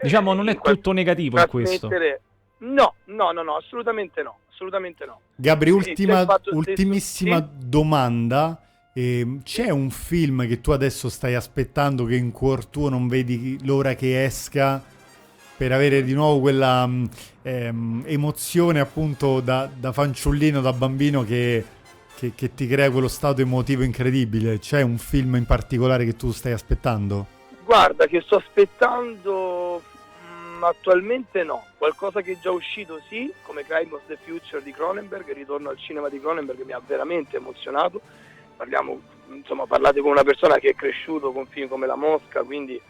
Diciamo non è in qual- tutto negativo in questo. trasmettere- no no no no assolutamente no assolutamente no Gabri, Sì, ultima- se faccio stesso- ultimissima sì. domanda. Ehm, c'è un film che tu adesso stai aspettando che in cuor tuo non vedi l'ora che esca per avere di nuovo quella mh, ehm, emozione appunto da, da fanciullino, da bambino che, che- che ti crea quello stato emotivo incredibile? C'è un film in particolare che tu stai aspettando? Guarda, che sto aspettando mm, attualmente no, qualcosa che è già uscito sì, come Crime of the Future di Cronenberg, il ritorno al cinema di Cronenberg mi ha veramente emozionato, Parliamo, insomma, parlate con una persona che è cresciuto con film come La Mosca, quindi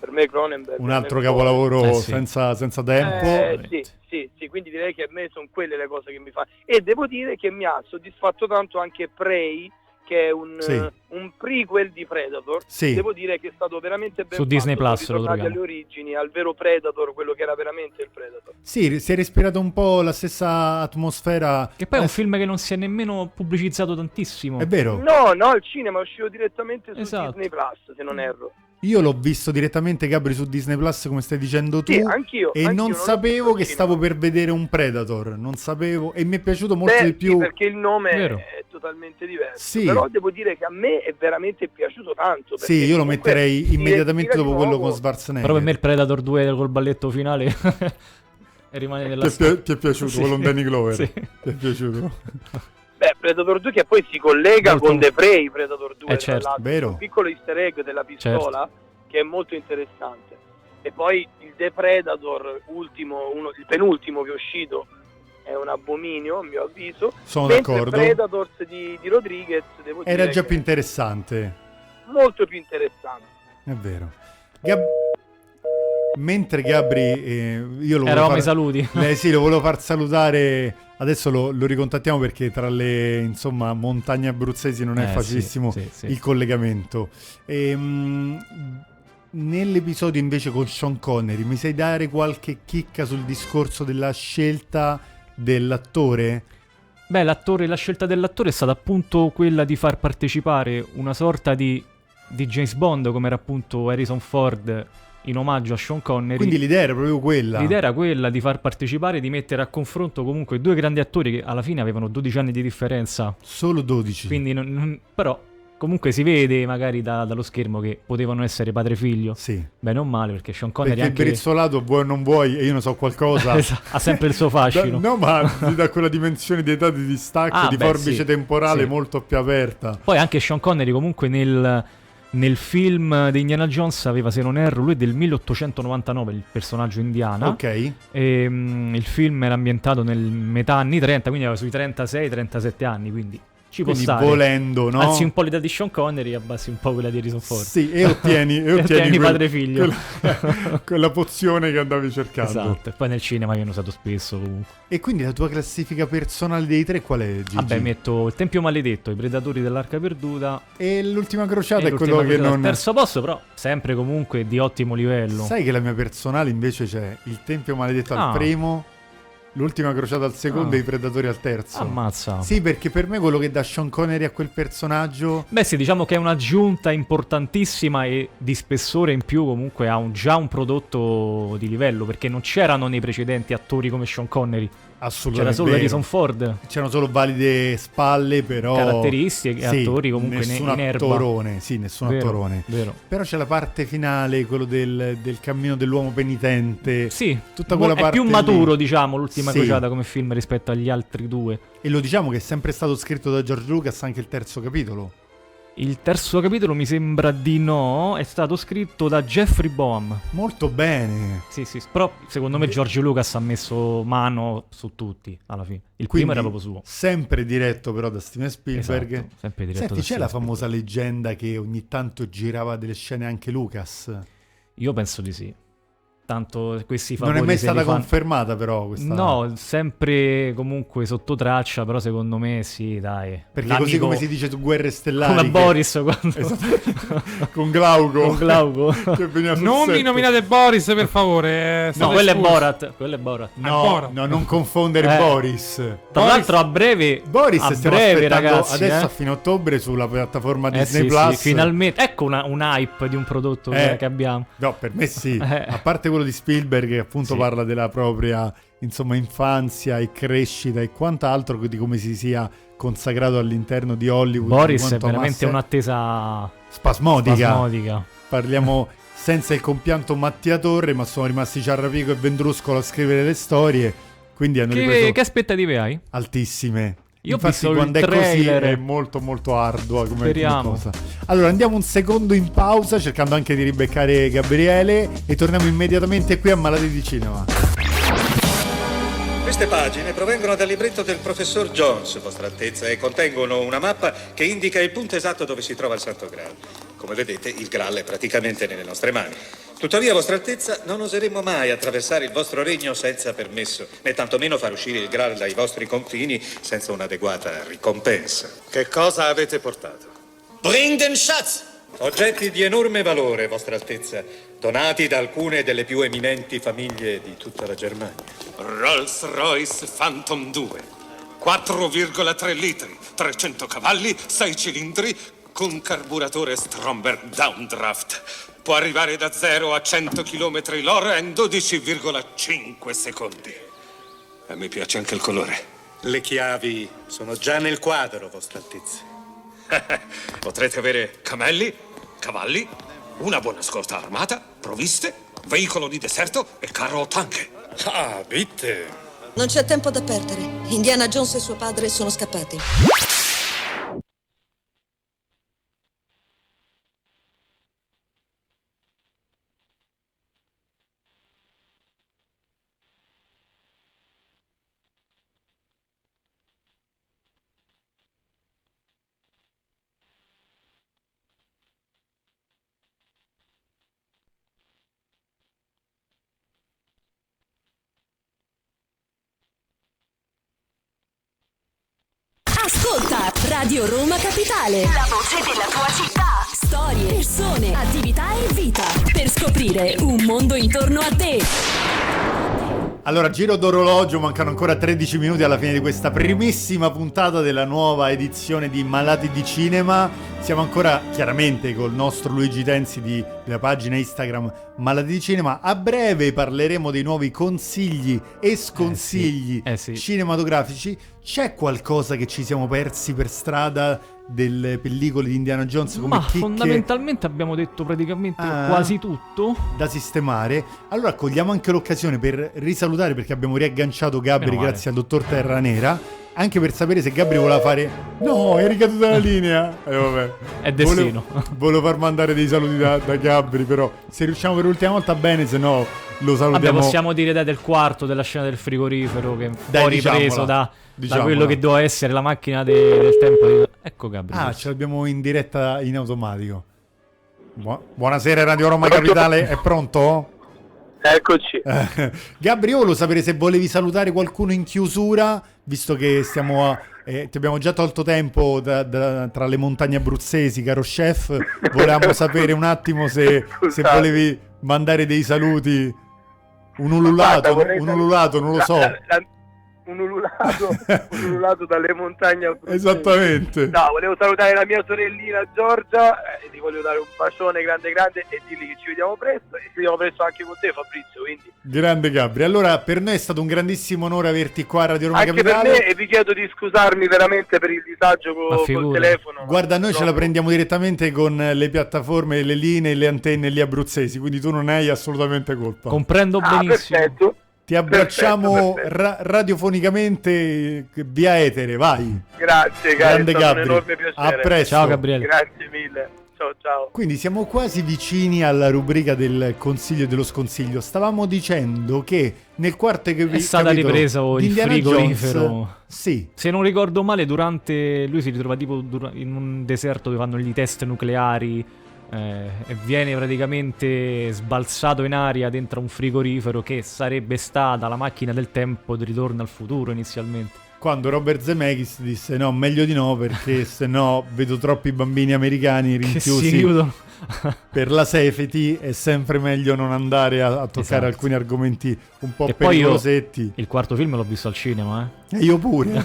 per me Cronenberg... Un altro è un po'- capolavoro Eh sì. senza, senza tempo? eh, sì, sì, sì, quindi direi che a me sono quelle le cose che mi fa. E devo dire che mi ha soddisfatto tanto anche Prey, che è un, Sì. eh, un prequel di Predator. Sì. Devo dire che è stato veramente ben Su Disney fatto, sono Plus lo ritornati alle troviamo. origini, al vero Predator, quello che era veramente il Predator. Sì, si è respirata un po' la stessa atmosfera. Che poi è Eh, un film che non si è nemmeno pubblicizzato Mm. tantissimo. È vero. No, no, il cinema è uscito direttamente su Esatto. Disney Plus, Mm. se non erro. Io l'ho visto direttamente Gabri su Disney Plus, come stai dicendo tu. Sì, anch'io. e anch'io non l'ho sapevo visto che al cinema. stavo per vedere un Predator. Non sapevo. E mi è piaciuto molto Beh, di sì, più. perché il nome Vero. è totalmente diverso. Sì. Però devo dire che a me è veramente piaciuto tanto. Sì, perché io lo comunque metterei si immediatamente respira dopo di quello nuovo- con Schwarzenegger. Però per me il Predator 2 col balletto finale e rimane nella Ti è storia. pi- ti è piaciuto quello con Danny Glover? Sì. Ti è piaciuto? Beh, Predator 2 che poi si collega Molto- con The Prey, Predator 2, Eh, tra certo. l'altro. Vero. un piccolo easter egg della pistola che è molto interessante. E poi il The Predator, ultimo, uno- il penultimo che è uscito, è un abominio, a mio avviso. Sono Mentre d'accordo. Predators di, di Rodriguez, devo Era dire già che più interessante. è molto più interessante. È vero. Gab- Mentre Gabri, eh, io lo volevo Eravamo far- ai saluti. Eh sì, lo volevo far salutare. Adesso lo, lo ricontattiamo perché tra le insomma, montagne abruzzesi non è Eh, sì, facilissimo sì, sì. il collegamento. Ehm, nell'episodio invece con Sean Connery, mi sai dare qualche chicca sul discorso della scelta dell'attore? Beh, l'attore, la scelta dell'attore è stata appunto quella di far partecipare una sorta di, di James Bond, come era appunto Harrison Ford in omaggio a Sean Connery. Quindi l'idea era proprio quella. L'idea era quella di far partecipare, di mettere a confronto comunque due grandi attori che alla fine avevano 12 anni di differenza. Solo 12. Quindi non- non- però comunque si vede magari da- dallo schermo che potevano essere padre e figlio. Sì. Bene o male, perché Sean Connery Perché il anche... brizzolato vuoi o non vuoi e io ne so qualcosa. Esatto, ha sempre il suo fascino. Da- no, ma da quella dimensione di età di distacco, Ah, di beh, forbice sì. temporale Sì. molto più aperta. Poi anche Sean Connery comunque nel, nel film di Indiana Jones aveva, se non erro, lui è del 1899 il personaggio indiana. Ok. E, mm, il film era ambientato nel metà anni 30, quindi aveva sui 36-37 anni, quindi ci può Quindi stare. volendo, no? Alzi un po' l'età di Sean Connery e abbassi un po' quella di Harrison Ford. Sì, e ottieni, e E ottieni ottieni quel- padre e figlio. Quella, quella pozione che andavi cercando. Esatto, e poi nel cinema viene usato spesso comunque. E quindi la tua classifica personale dei tre qual è, Gigi? Vabbè, metto Il Tempio Maledetto, I Predatori dell'Arca Perduta. E l'ultima crociata e è quello l'ultima che cosa, al non... Terzo posto, però, sempre comunque di ottimo livello. Sai che la mia personale invece c'è il Tempio Maledetto al Ah. primo, l'ultima crociata al secondo Ah. e i Predatori al terzo. Ammazza. Sì, perché per me quello che dà Sean Connery a quel personaggio... Beh sì, diciamo che è un'aggiunta importantissima e di spessore in più comunque ha un- già un prodotto di livello perché non c'erano nei precedenti attori come Sean Connery, Assolutamente. c'era solo vero. Harrison Ford. C'erano solo valide spalle, però. Caratteristiche, attori comunque ne- nessun in erba. attorone, sì, nessun Vero, attorone. vero. Però c'è la parte finale, quello del, del cammino dell'uomo penitente. Sì, Eh, Tutta quella è parte più lì. maturo diciamo l'ultima Sì. crociata come film rispetto agli altri due. E lo diciamo che è sempre stato scritto da George Lucas anche il terzo capitolo. Il terzo capitolo mi sembra di no, è stato scritto da Jeffrey Bohm. Molto bene. Sì, sì, però secondo me George Lucas ha messo mano su tutti alla fine. Quindi, Il primo era proprio suo. Sempre diretto però da Steven Spielberg. Esatto, sempre diretto Senti, da c'è la Steven famosa leggenda che ogni tanto girava delle scene anche Lucas. Io penso di sì. Tanto questi favori Non è mai se li stata fanno- confermata però questa. No, sempre comunque sotto traccia, però secondo me sì, dai. Perché L'amico- così come si dice su Guerre Stellari. come che- a Boris quando Esatto. con Glauco. con Glauco. Che veniva sul Non mi set. nominate Boris, per favore. eh, No, state quello è espulsi. Borat, quello è Borat. No, Ancora. no, non confondere Eh. Boris. Tra l'altro a breve Boris a stiamo breve aspettando ragazzi, adesso eh. a fine ottobre sulla piattaforma Eh Disney sì, sì, Plus. finalmente ecco una- un hype di un prodotto Eh. che abbiamo. No, per me sì. Eh. A parte quello di Spielberg che appunto Sì. parla della propria, insomma, infanzia e crescita e quant'altro di come si sia consacrato all'interno di Hollywood. Boris di è quanto amasse- veramente un'attesa spasmodica. spasmodica. Parliamo senza il compianto Mattia Torre, ma sono rimasti Ciarrapico e Vendruscolo a scrivere le storie, quindi hanno Che, ripreso che aspettative hai? altissime. Io ho Infatti visto il quando è così trailer. è molto molto ardua come, come Speriamo. cosa. Allora andiamo un secondo in pausa cercando anche di ribeccare Gabriele e torniamo immediatamente qui a Malati di Cinema. Queste pagine provengono dal libretto del professor Jones, vostra altezza, e contengono una mappa che indica il punto esatto dove si trova il Santo Graal. Come vedete, il Graal è praticamente nelle nostre mani. Tuttavia, vostra altezza, non oseremo mai attraversare il vostro regno senza permesso, né tantomeno far uscire il Graal dai vostri confini senza un'adeguata ricompensa. Che cosa avete portato? Bring den Schatz! Oggetti di enorme valore, vostra altezza, donati da alcune delle più eminenti famiglie di tutta la Germania. Rolls Royce Phantom 2. 4,3 litri, 300 cavalli, 6 cilindri, con carburatore Stromberg Downdraft. Può arrivare da 0 a 100 km l'ora in 12,5 secondi. E mi piace anche il colore. Le chiavi sono già nel quadro, vostra altezza. Potrete avere camelli, cavalli, una buona scorta armata, provviste, veicolo di deserto e carro tanche. Ah, bitte! Non c'è tempo da perdere. Indiana Jones e suo padre sono scappati. Ascolta Radio Roma Capitale. La voce della tua città. Storie, persone, attività e vita. Per scoprire un mondo intorno a te. Allora, giro d'orologio, mancano ancora 13 minuti alla fine di questa primissima puntata della nuova edizione di Malati di Cinema. Siamo ancora chiaramente col nostro Luigi Tensi di- della pagina Instagram Malati di Cinema. A breve parleremo dei nuovi consigli Eh e sconsigli cinematografici. C'è qualcosa che ci siamo persi per strada delle pellicole di Indiana Jones come Ma chicche? fondamentalmente abbiamo detto praticamente Ah. quasi tutto. da sistemare. Allora cogliamo anche l'occasione per risalutare perché abbiamo riagganciato Gabri Meno male. grazie al dottor Terra Nera. Anche per sapere se Gabri voleva fare. No, è ricaduto dalla linea. E vabbè. È destino. Volevo, volevo far mandare dei saluti da, da Gabri, però. Se riusciamo per l'ultima volta bene, se no lo Vabbè, salutiamo. possiamo dire dai del quarto della scena del frigorifero che è un Dai, po' ripreso diciamola. da, da Diciamola. quello che doveva essere la macchina de- del tempo. di- Ecco Gabriele. Ah, ce l'abbiamo in diretta in automatico. Bu- Buonasera Radio Roma Capitale, è pronto? Eccoci. Gabri, io volevo sapere se volevi salutare qualcuno in chiusura, visto che stiamo a- eh, ti abbiamo già tolto tempo da- da- tra le montagne abruzzesi, caro chef. Volevamo sapere un attimo se, se Scusate. volevi mandare dei saluti. Un ululato, Guarda, vorrei un sal- ululato, non lo la- so. la- la- un ululato, un ululato dalle montagne. abruzzesi. Esattamente. No, volevo salutare la mia sorellina Giorgia, eh, e ti voglio dare un bacione grande grande e dirgli che ci vediamo presto e ci vediamo presto anche con te Fabrizio, quindi Grande Gabri. Allora, per noi è stato un grandissimo onore averti qua a Radio Roma anche per Capitale. me e vi chiedo di scusarmi veramente per il disagio co- col telefono. ma Guarda, noi ce la purtroppo- prendiamo direttamente con le piattaforme, le linee, le antenne, gli abruzzesi, quindi tu non hai assolutamente colpa. Comprendo Ah, benissimo. perfetto. Ti abbracciamo ra- radiofonicamente eh, via etere, vai. Grazie, cari, Grande è stato un Gabri. enorme piacere. A presto. Ciao, Gabriele. Grazie mille. Ciao ciao. Quindi siamo quasi vicini alla rubrica del consiglio e dello sconsiglio. Stavamo dicendo che nel quarto che È stata ripresa oh, il frigorifero. sì. Se non ricordo male, durante lui si ritrova tipo dura- in un deserto dove fanno gli test nucleari eh, e viene praticamente sbalzato in aria dentro un frigorifero che sarebbe stata la macchina del tempo di ritorno al futuro inizialmente. Quando Robert Zemeckis disse no, meglio di no perché se no vedo troppi bambini americani si rinchiusi chiudono. per la safety è sempre meglio non andare a, a toccare Esatto. alcuni argomenti un po' E poi io pericolosetti. il quarto film l'ho visto al cinema, eh. E io pure.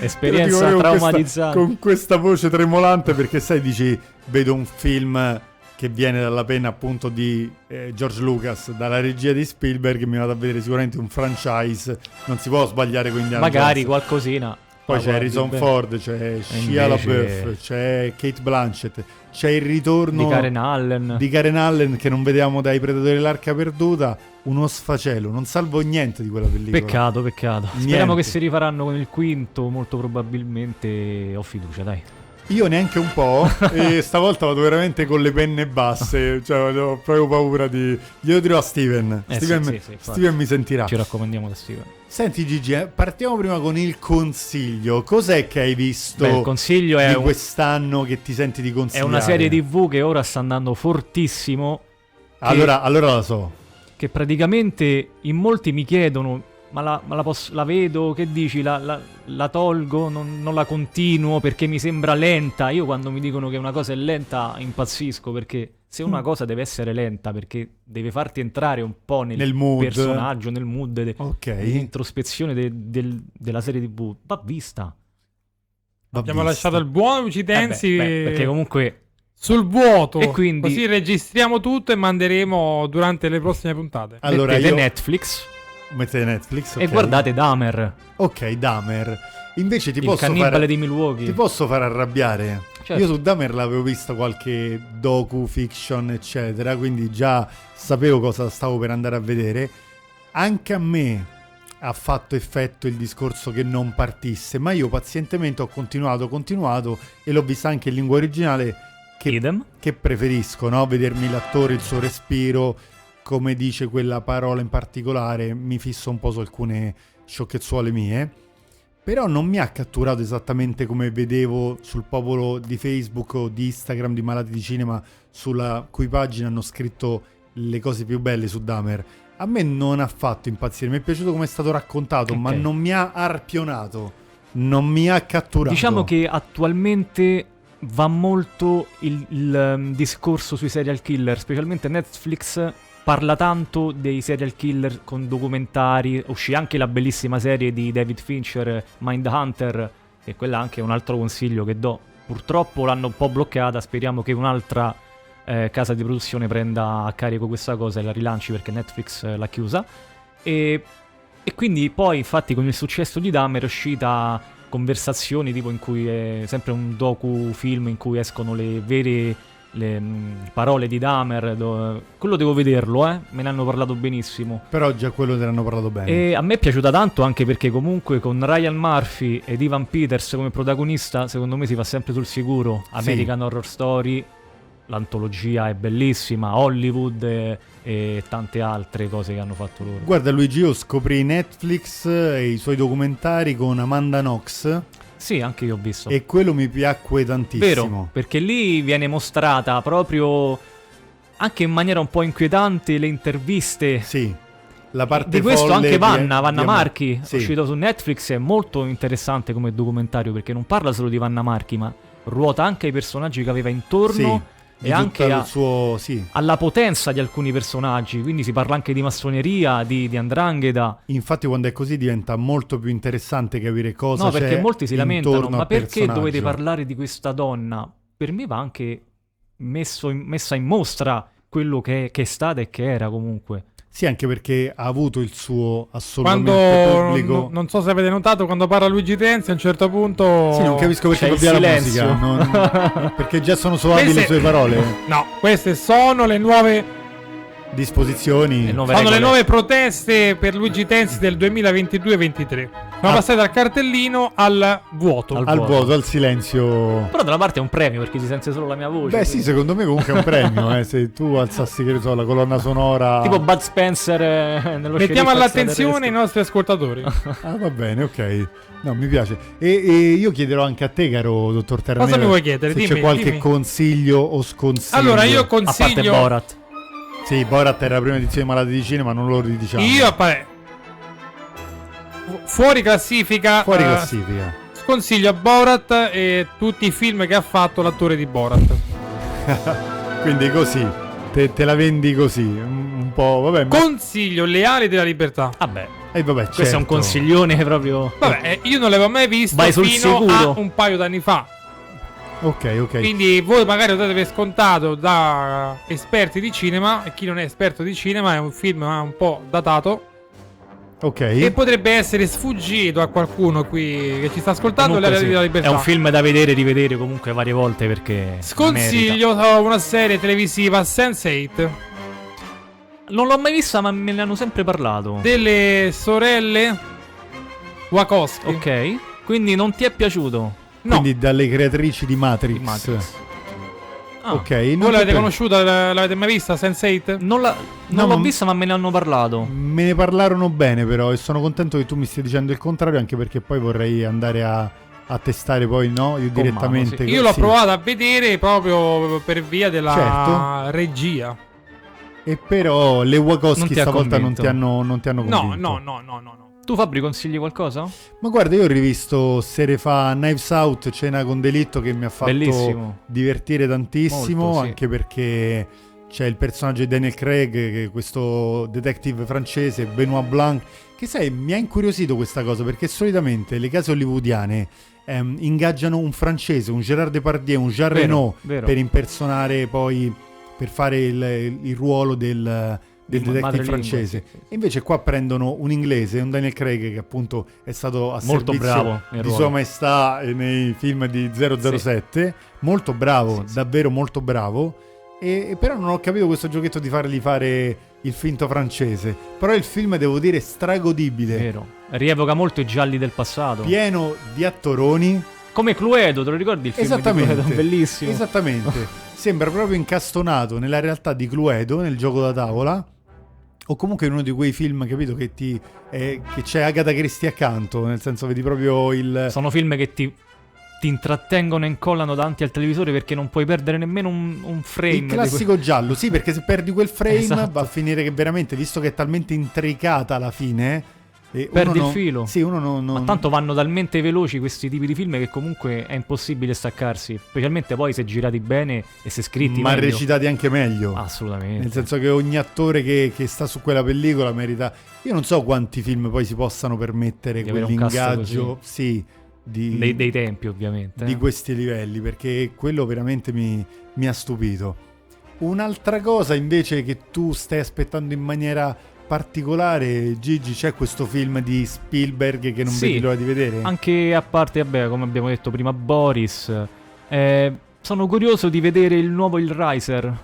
Esperienza Te lo dico io con traumatizzante. questa- con questa voce tremolante perché sai dici vedo un film che viene dalla penna appunto di eh, George Lucas, dalla regia di Spielberg, mi vado a vedere sicuramente un franchise, non si può sbagliare con Indiana Magari Jones. qualcosina. Poi la c'è guardi Harrison bene. Ford, c'è E Shia invece- LaBeouf, c'è Kate Blanchett, c'è il ritorno Di Karen Allen. di Karen Allen che non vediamo dai Predatori dell'Arca Perduta, uno sfacelo, non salvo niente di quella pellicola. Peccato, peccato. Speriamo Niente. che si rifaranno con il quinto, molto probabilmente ho fiducia, dai. Io neanche un po', e stavolta vado veramente con le penne basse, cioè ho proprio paura di... Glielo dirò a Steven, Eh, Steven, sì, sì, sì, infatti. Steven mi sentirà. Ci raccomandiamo da Steven. Senti Gigi, eh, partiamo prima con il consiglio, cos'è che hai visto Beh, il consiglio è di un- quest'anno che ti senti di È consigliare? una serie TV che ora sta andando fortissimo. che- Allora, allora la so. Che praticamente in molti mi chiedono: ma la, ma la posso- la vedo? Che dici? La, la- la tolgo? Non, non la continuo perché mi sembra lenta. Io quando mi dicono che una cosa è lenta impazzisco perché se una Mm. cosa deve essere lenta perché deve farti entrare un po' nel, Nel mood. personaggio, nel mood, de- Ok. dell'introspezione de- del- della serie TV, va vista. Va Abbiamo vista. lasciato il buon Luigi Tensi Eh beh, beh, perché comunque sul vuoto. E quindi- Così registriamo tutto e manderemo durante le prossime puntate. Allora, mettete io- Netflix Mettete Netflix, e ok. guardate Dahmer. Ok, Dahmer. Invece ti Il posso cannibale fare... di Milwaukee. Ti posso far arrabbiare? Certo. Io su Dahmer l'avevo vista qualche docu, fiction, eccetera, quindi già sapevo cosa stavo per andare a vedere. Anche a me ha fatto effetto il discorso che non partisse, ma io pazientemente ho continuato, continuato e l'ho vista anche in lingua originale che, Idem. che preferisco, no? Vedermi l'attore, il suo respiro, come dice quella parola in particolare, mi fisso un po' su alcune sciocchezzuole mie. Però non mi ha catturato esattamente come vedevo sul popolo di Facebook o di Instagram di Malati di Cinema, sulla cui pagina hanno scritto le cose più belle su Dahmer. A me non ha fatto impazzire, mi è piaciuto come è stato raccontato, ma Ok. non mi ha arpionato, non mi ha catturato. Diciamo che attualmente va molto il, il, ehm, discorso sui serial killer, specialmente Netflix parla tanto dei serial killer con documentari, uscì anche la bellissima serie di David Fincher, eh, Mindhunter, e quella anche è un altro consiglio che do. Purtroppo l'hanno un po' bloccata, speriamo che un'altra eh, casa di produzione prenda a carico questa cosa e la rilanci perché Netflix eh, l'ha chiusa. E, e quindi poi infatti con il successo di Dahmer è uscita conversazioni tipo in cui è sempre un docu-film in cui escono le vere le, mm, parole di Dahmer. do- quello devo vederlo, eh, me ne hanno parlato benissimo. Però già quello te ne hanno parlato bene. E a me è piaciuta tanto anche perché comunque con Ryan Murphy ed Ivan Peters come protagonista, secondo me si va sempre sul sicuro. Sì. American Horror Story, l'antologia è bellissima, Hollywood e, e tante altre cose che hanno fatto loro. Guarda Luigi, io scoprì Netflix e i suoi documentari con Amanda Knox Sì, anche io ho visto. e quello mi piacque tantissimo. Certo. Vero, perché lì viene mostrata proprio anche in maniera un po' inquietante le interviste. Sì. La parte di questo folle anche di- Vanna, di Vanna Am- Marchi, Sì. uscito su Netflix, è molto interessante come documentario perché non parla solo di Vanna Marchi, ma ruota anche ai personaggi che aveva intorno Sì, e di anche tutto il a- suo- sì. alla potenza di alcuni personaggi, quindi si parla anche di massoneria, di, di andrangheta. Infatti quando è così diventa molto più interessante capire cosa No, c'è perché molti si lamentano, intorno ma al perché dovete personaggio." parlare di questa donna? Per me va anche messo in- messa in mostra quello che è, che è stata e che era comunque. Sì, anche perché ha avuto il suo assolutamente Quando, pubblico. non- non so se avete notato, quando parla Luigi Tenzi a un certo punto... Sì, non capisco perché C'è il cambia la silenzio. musica. non- perché già sono soavi le Queste- sue parole. No, queste sono le nuove Disposizioni. Sono le nuove proteste per Luigi Tensi del 2022-23. Siamo Ah. passati dal cartellino al vuoto. al vuoto, al silenzio. Però da una parte è un premio perché si sente solo la mia voce. Beh, sì, quindi- secondo me comunque è un premio. eh, se tu alzassi, che ne so, la colonna sonora. Tipo Bud Spencer eh, nello Mettiamo sceriffo all'attenzione i extraterrestre. nostri ascoltatori. Ah, va bene, ok. No, mi piace. E, e io chiederò anche a te, caro dottor Terranera, mi vuoi chiedere? Se c'è Dimmi, qualche dimmi. consiglio o sconsiglio. Ah, Allora, io consiglio- A parte Borat. Sì, Borat era la prima edizione di Malati di Cinema, non lo ridiciamo. Io appare... Fu- Fuori classifica. Fuori eh, classifica. Sconsiglio a Borat e tutti i film che ha fatto l'attore di Borat. Quindi così, te, te la vendi così, un un po', vabbè. Ma... Consiglio Le ali della libertà. Vabbè. eh, vabbè, Questo è un certo. consiglione proprio. Vabbè, eh, io non l'avevo mai visto Ecco. Vai sul fino sicuro. Ecco. a un paio d'anni fa. Ok, ok. Quindi voi magari lo date per scontato da esperti di cinema e chi non è esperto di cinema è un film eh, un po' datato ok. e potrebbe essere sfuggito a qualcuno qui che ci sta ascoltando Comunque l'area sì, della libertà. È un film da vedere e rivedere comunque varie volte perché. merita. Sconsiglio eh, una serie televisiva Sense8 Non l'ho mai vista, ma me ne hanno sempre parlato. delle sorelle Wachowski. Ok. Quindi non ti è piaciuto? Quindi dalle creatrici di Matrix. Di Matrix. Ah. Ok, non Voi l'avete ti- conosciuta? l- L'avete mai vista Sense8? Non, la- No, non l'ho ma- vista, ma me ne hanno parlato. Me ne parlarono bene però e sono contento che tu mi stia dicendo il contrario anche perché poi vorrei andare a, a testare poi no, io direttamente. mano, Io l'ho sì. provata a vedere proprio per via della Certo. regia. E però le Non Wachowski ti ha stavolta non convinto. ti hanno, non ti hanno No, convinto. no, no, no, no. no. Tu, Fabri, consigli qualcosa? Ma guarda, io ho rivisto sere fa Knives Out, Cena con Delitto, che mi ha fatto Bellissimo. divertire tantissimo, Molto, sì. anche perché c'è il personaggio di Daniel Craig, che è questo detective francese, Benoit Blanc, che sai, mi ha incuriosito questa cosa, perché solitamente le case hollywoodiane ehm, ingaggiano un francese, un Gerard Depardieu, un Jean Vero, Reno, vero. per impersonare poi, per fare il, il ruolo del, del Di ma- detective madrelingua, francese. sì, sì, sì. E invece qua prendono un inglese, un Daniel Craig che appunto è stato a Molto servizio bravo nel di ruolo. sua maestà eh, nei film di 007, molto bravo, Sì, sì. davvero molto bravo. E, e però non ho capito questo giochetto di fargli fare il finto francese. Però il film devo dire è stragodibile, Vero. Rievoca molto i gialli del passato. pieno di attoroni. Come Cluedo, te lo ricordi il film Esattamente. di Cluedo? Bellissimo. Esattamente. Sembra proprio incastonato nella realtà di Cluedo, nel gioco da tavola. O comunque in uno di quei film, capito, che, ti, eh, che c'è Agatha Christie accanto, nel senso vedi proprio il... Sono film che ti, ti intrattengono e incollano davanti al televisore perché non puoi perdere nemmeno un, un frame. Il di que- classico giallo, sì, perché se perdi quel frame Esatto. va a finire che veramente, visto che è talmente intricata la fine, E uno Perdi il non- filo. Sì, uno non... Ma non- tanto vanno talmente veloci questi tipi di film che comunque è impossibile staccarsi. Specialmente poi se girati bene e se scritti. ma meglio. Ah, recitati anche meglio. Assolutamente. Nel senso che ogni attore che, che sta su quella pellicola merita. Io non so quanti film poi si possano permettere Di avere un cast quell'ingaggio. Sì, di, Dei, dei tempi, ovviamente. di eh. questi livelli perché quello veramente mi, mi ha stupito. Un'altra cosa invece che tu stai aspettando in maniera particolare, Gigi, c'è questo film di Spielberg che non Sì, vedi l'ora di vedere? Anche a parte, vabbè, come abbiamo detto prima, Boris. eh, sono curioso di vedere il nuovo Il Riser.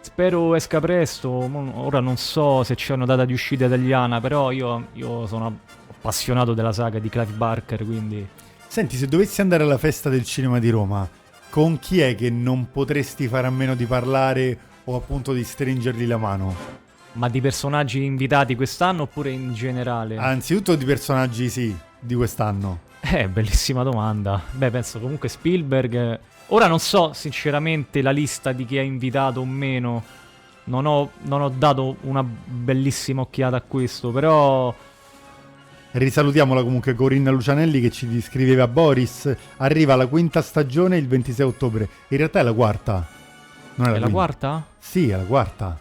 Spero esca presto. mo- Ora non so se c'è una data di uscita italiana, però io, io sono appassionato della saga di Clive Barker, quindi... Senti, se dovessi andare alla festa del cinema di Roma, con chi è che non potresti fare a meno di parlare o appunto di stringergli la mano? Ma di personaggi invitati quest'anno oppure in generale? Anzitutto di personaggi, sì, di quest'anno. Eh, bellissima domanda. Beh, penso comunque Spielberg. eh, Ora non so sinceramente la lista di chi ha invitato o meno. Non ho, non ho dato una bellissima occhiata a questo, Ah, però Risalutiamola comunque Corinna Lucianelli che ci scriveva Boris, arriva la quinta stagione il 26 ottobre. In realtà è la quarta. Non è la, è la quinta. quarta? Sì, è la quarta.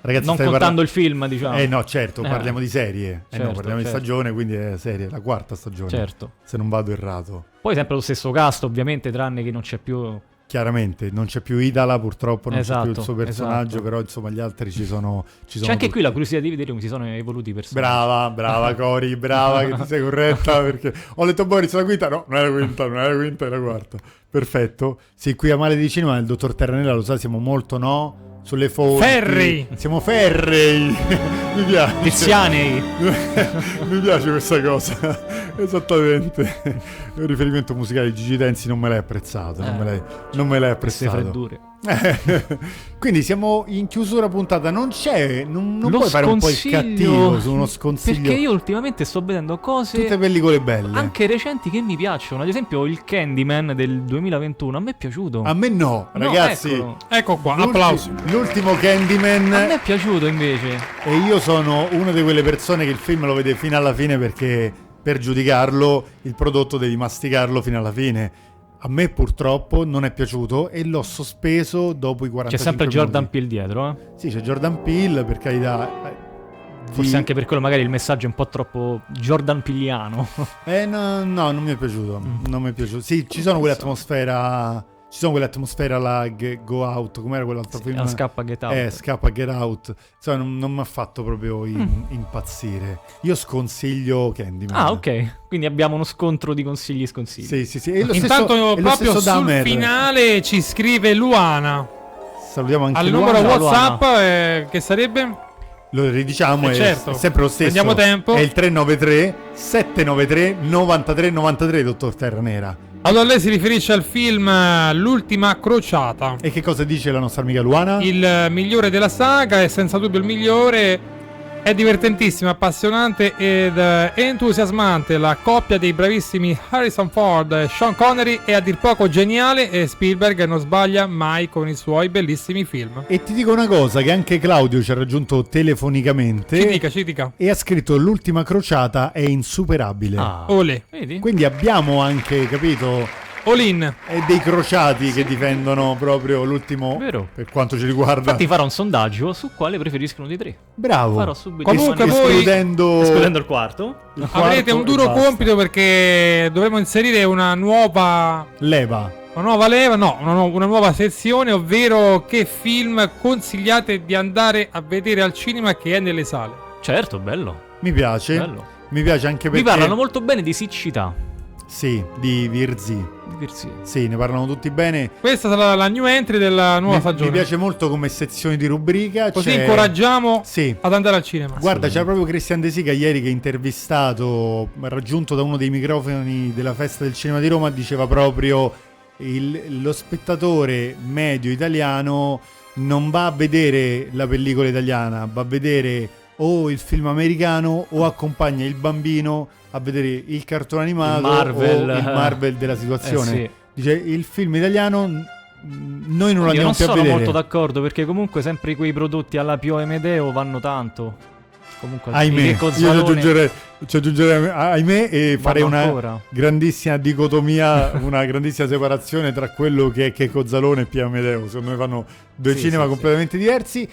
Ragazzi, non stai parla- contando il film, diciamo. Eh no, certo, Eh, parliamo di serie. eh no, certo, parliamo di certo. stagione, quindi è serie, la quarta stagione. Certo. Se non vado errato. Poi sempre lo stesso cast, ovviamente, tranne che non c'è più Chiaramente, non c'è più Idala, purtroppo non c'è più Esatto, il suo personaggio, esatto. però insomma gli altri ci sono. Ci sono C'è anche tutti. qui la curiosità di vedere come si sono evoluti i personaggi. Brava, brava Cori, brava che ti sei corretta perché ho letto Boris la quinta, no, non è la quinta, non è la quinta, è la quarta. Perfetto. Sì, qui a Male di Cinema il dottor Terranella lo sa, siamo molto no sulle fonti. Ferri! Siamo ferrei. Mi piace. Tizianei. Mi piace questa cosa. Esattamente. Il riferimento musicale di Gigi Tensi non me l'hai apprezzato, non Eh, me l'hai, non me l'hai Queste apprezzato. freddure. Quindi siamo in chiusura puntata, non c'è, non, non Lo puoi fare un po' il sconsiglio- cattivo su uno sconsiglio. Perché io ultimamente sto vedendo cose Tutte pellicole belle. anche recenti che mi piacciono. Ad esempio, il Candyman del 2021 a me è piaciuto. A me no, No, ragazzi. eccolo. Ecco qua, L'ulti- applausi. L'ultimo Candyman. A me è piaciuto invece. E io sono una di quelle persone che il film lo vede fino alla fine perché per giudicarlo il prodotto devi masticarlo fino alla fine. A me purtroppo non è piaciuto e l'ho sospeso dopo i 45 C'è sempre minuti. Jordan Peele dietro, eh. Sì, c'è Jordan Peele, per carità. eh, di- Forse anche per quello magari il messaggio è un po' troppo Jordan Piliano. Eh, no, no, non mi è piaciuto. Mm. Non mi è piaciuto. Sì, ci sono quell'atmosfera. Ci sono quell'atmosfera la G- Go Out, com'era quell'altro film? la Scappa Get Out. Eh, Scappa Get Out. Insomma, non, non mi ha fatto proprio in- Mm. impazzire. Io sconsiglio Candyman. ah, ok. Quindi abbiamo uno scontro di consigli e sconsigli. Sì, sì, sì. E lo Intanto stesso, e lo proprio stesso sul Dahmer. finale ci scrive Luana. Salutiamo anche Al Luana. numero Ciao, WhatsApp Luana. eh, che sarebbe? Lo ridiciamo, Eh, è, certo. è sempre lo stesso. Prendiamo tempo. È il 393 793 93 93, dottor Terranera. Allora lei si riferisce al film eh, L'ultima crociata. E che cosa dice la nostra amica Luana? Il eh, migliore della saga è senza dubbio il migliore. È divertentissimo, appassionante ed eh, entusiasmante. La coppia dei bravissimi Harrison Ford e Sean Connery è a dir poco geniale e Spielberg non sbaglia mai con i suoi bellissimi film. E ti dico una cosa che anche Claudio ci ha raggiunto telefonicamente Ci dica, ci dica. e ha scritto l'ultima crociata è insuperabile. Ah. Ole, Vedi? Quindi abbiamo anche, capito, Olin. eh, dei crociati che difendono proprio l'ultimo Vero. per quanto ci riguarda. Infatti farò un sondaggio su quale preferiscono dei tre. Bravo. Farò subito Comunque domanda. voi- escludendo escludendo il quarto. il quarto Avrete un e duro basta. compito perché dovremo inserire una nuova Leva. Una nuova leva, no, una, nu- una nuova sezione, ovvero che film consigliate di andare a vedere al cinema che è nelle sale. Certo, bello. Mi piace. Bello. Mi piace anche Mi perché parlano molto bene di siccità. Sì, di Virzi. Diversi. Sì, ne parlano tutti bene. Questa sarà la new entry della nuova Mi, stagione. mi piace molto come sezione di rubrica. Così c'è- incoraggiamo Sì. ad andare al cinema. Guarda, c'era proprio Cristian De Sica ieri che intervistato, raggiunto da uno dei microfoni della festa del cinema di Roma, diceva proprio il- lo spettatore medio italiano non va a vedere la pellicola italiana, va a vedere o il film americano o accompagna il bambino a vedere il cartone animato Il Marvel, o il eh. Marvel della situazione. Eh, sì. Dice il film italiano mm, noi non lo Io andiamo non più a sono vedere. molto d'accordo perché comunque sempre quei prodotti alla Pio e Medeo vanno tanto. Comunque, Ahimè, il io ci Gonzalone- aggiungerei, ci aggiungerei ahimè e Vanno farei una ancora. grandissima dicotomia, una grandissima separazione tra quello che è Checo Zalone e Pia Amedeo. Secondo me fanno due Sì, cinema sì, completamente diversi.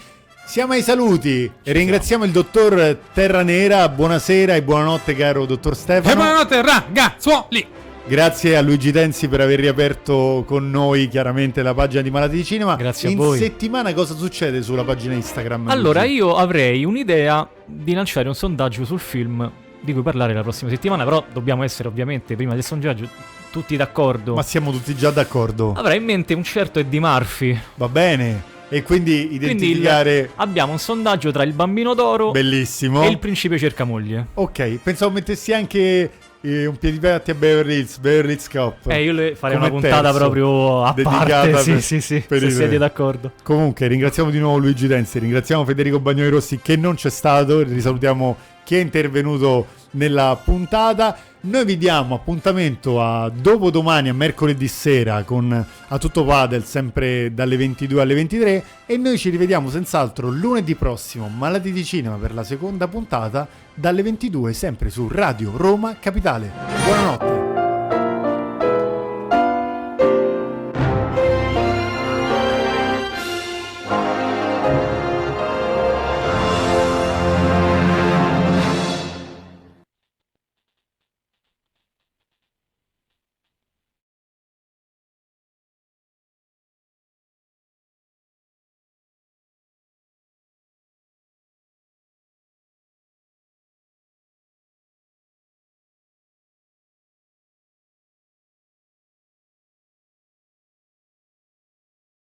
Siamo ai saluti e ringraziamo il dottor Terra Nera. Buonasera e buonanotte, caro dottor Stefano. E buonanotte, ragazzuoli! Grazie a Luigi Tensi per aver riaperto con noi chiaramente la pagina di Malati di Cinema. Grazie a In voi. settimana cosa succede sulla pagina Instagram? Allora, Luigi? io avrei un'idea di lanciare un sondaggio sul film di cui parlare la prossima settimana, però dobbiamo essere ovviamente prima del sondaggio tutti d'accordo. Ma siamo tutti già d'accordo. Avrei in mente un certo Eddie Murphy. Va bene. E quindi Quindi il- identificare... abbiamo un sondaggio tra il bambino d'oro Bellissimo. e il principe cercamoglie. Ok, pensavo mettessi anche eh, un piedipatti a Beverly Hills, Beverly Hills Cop. Eh, io le farei Come una puntata terzo, proprio a dedicata parte. Sì, per- sì, sì, per se il- siete d'accordo. Comunque, ringraziamo di nuovo Luigi Denzi, ringraziamo Federico Bagnoli Rossi che non c'è stato, risalutiamo chi è intervenuto nella puntata. Noi vi diamo appuntamento a dopodomani, a mercoledì sera, con A Tutto Padel, sempre dalle 22 alle 23. E noi ci rivediamo senz'altro lunedì prossimo, Malati di Cinema, per la seconda puntata, dalle 22, sempre su Radio Roma Capitale. Buonanotte.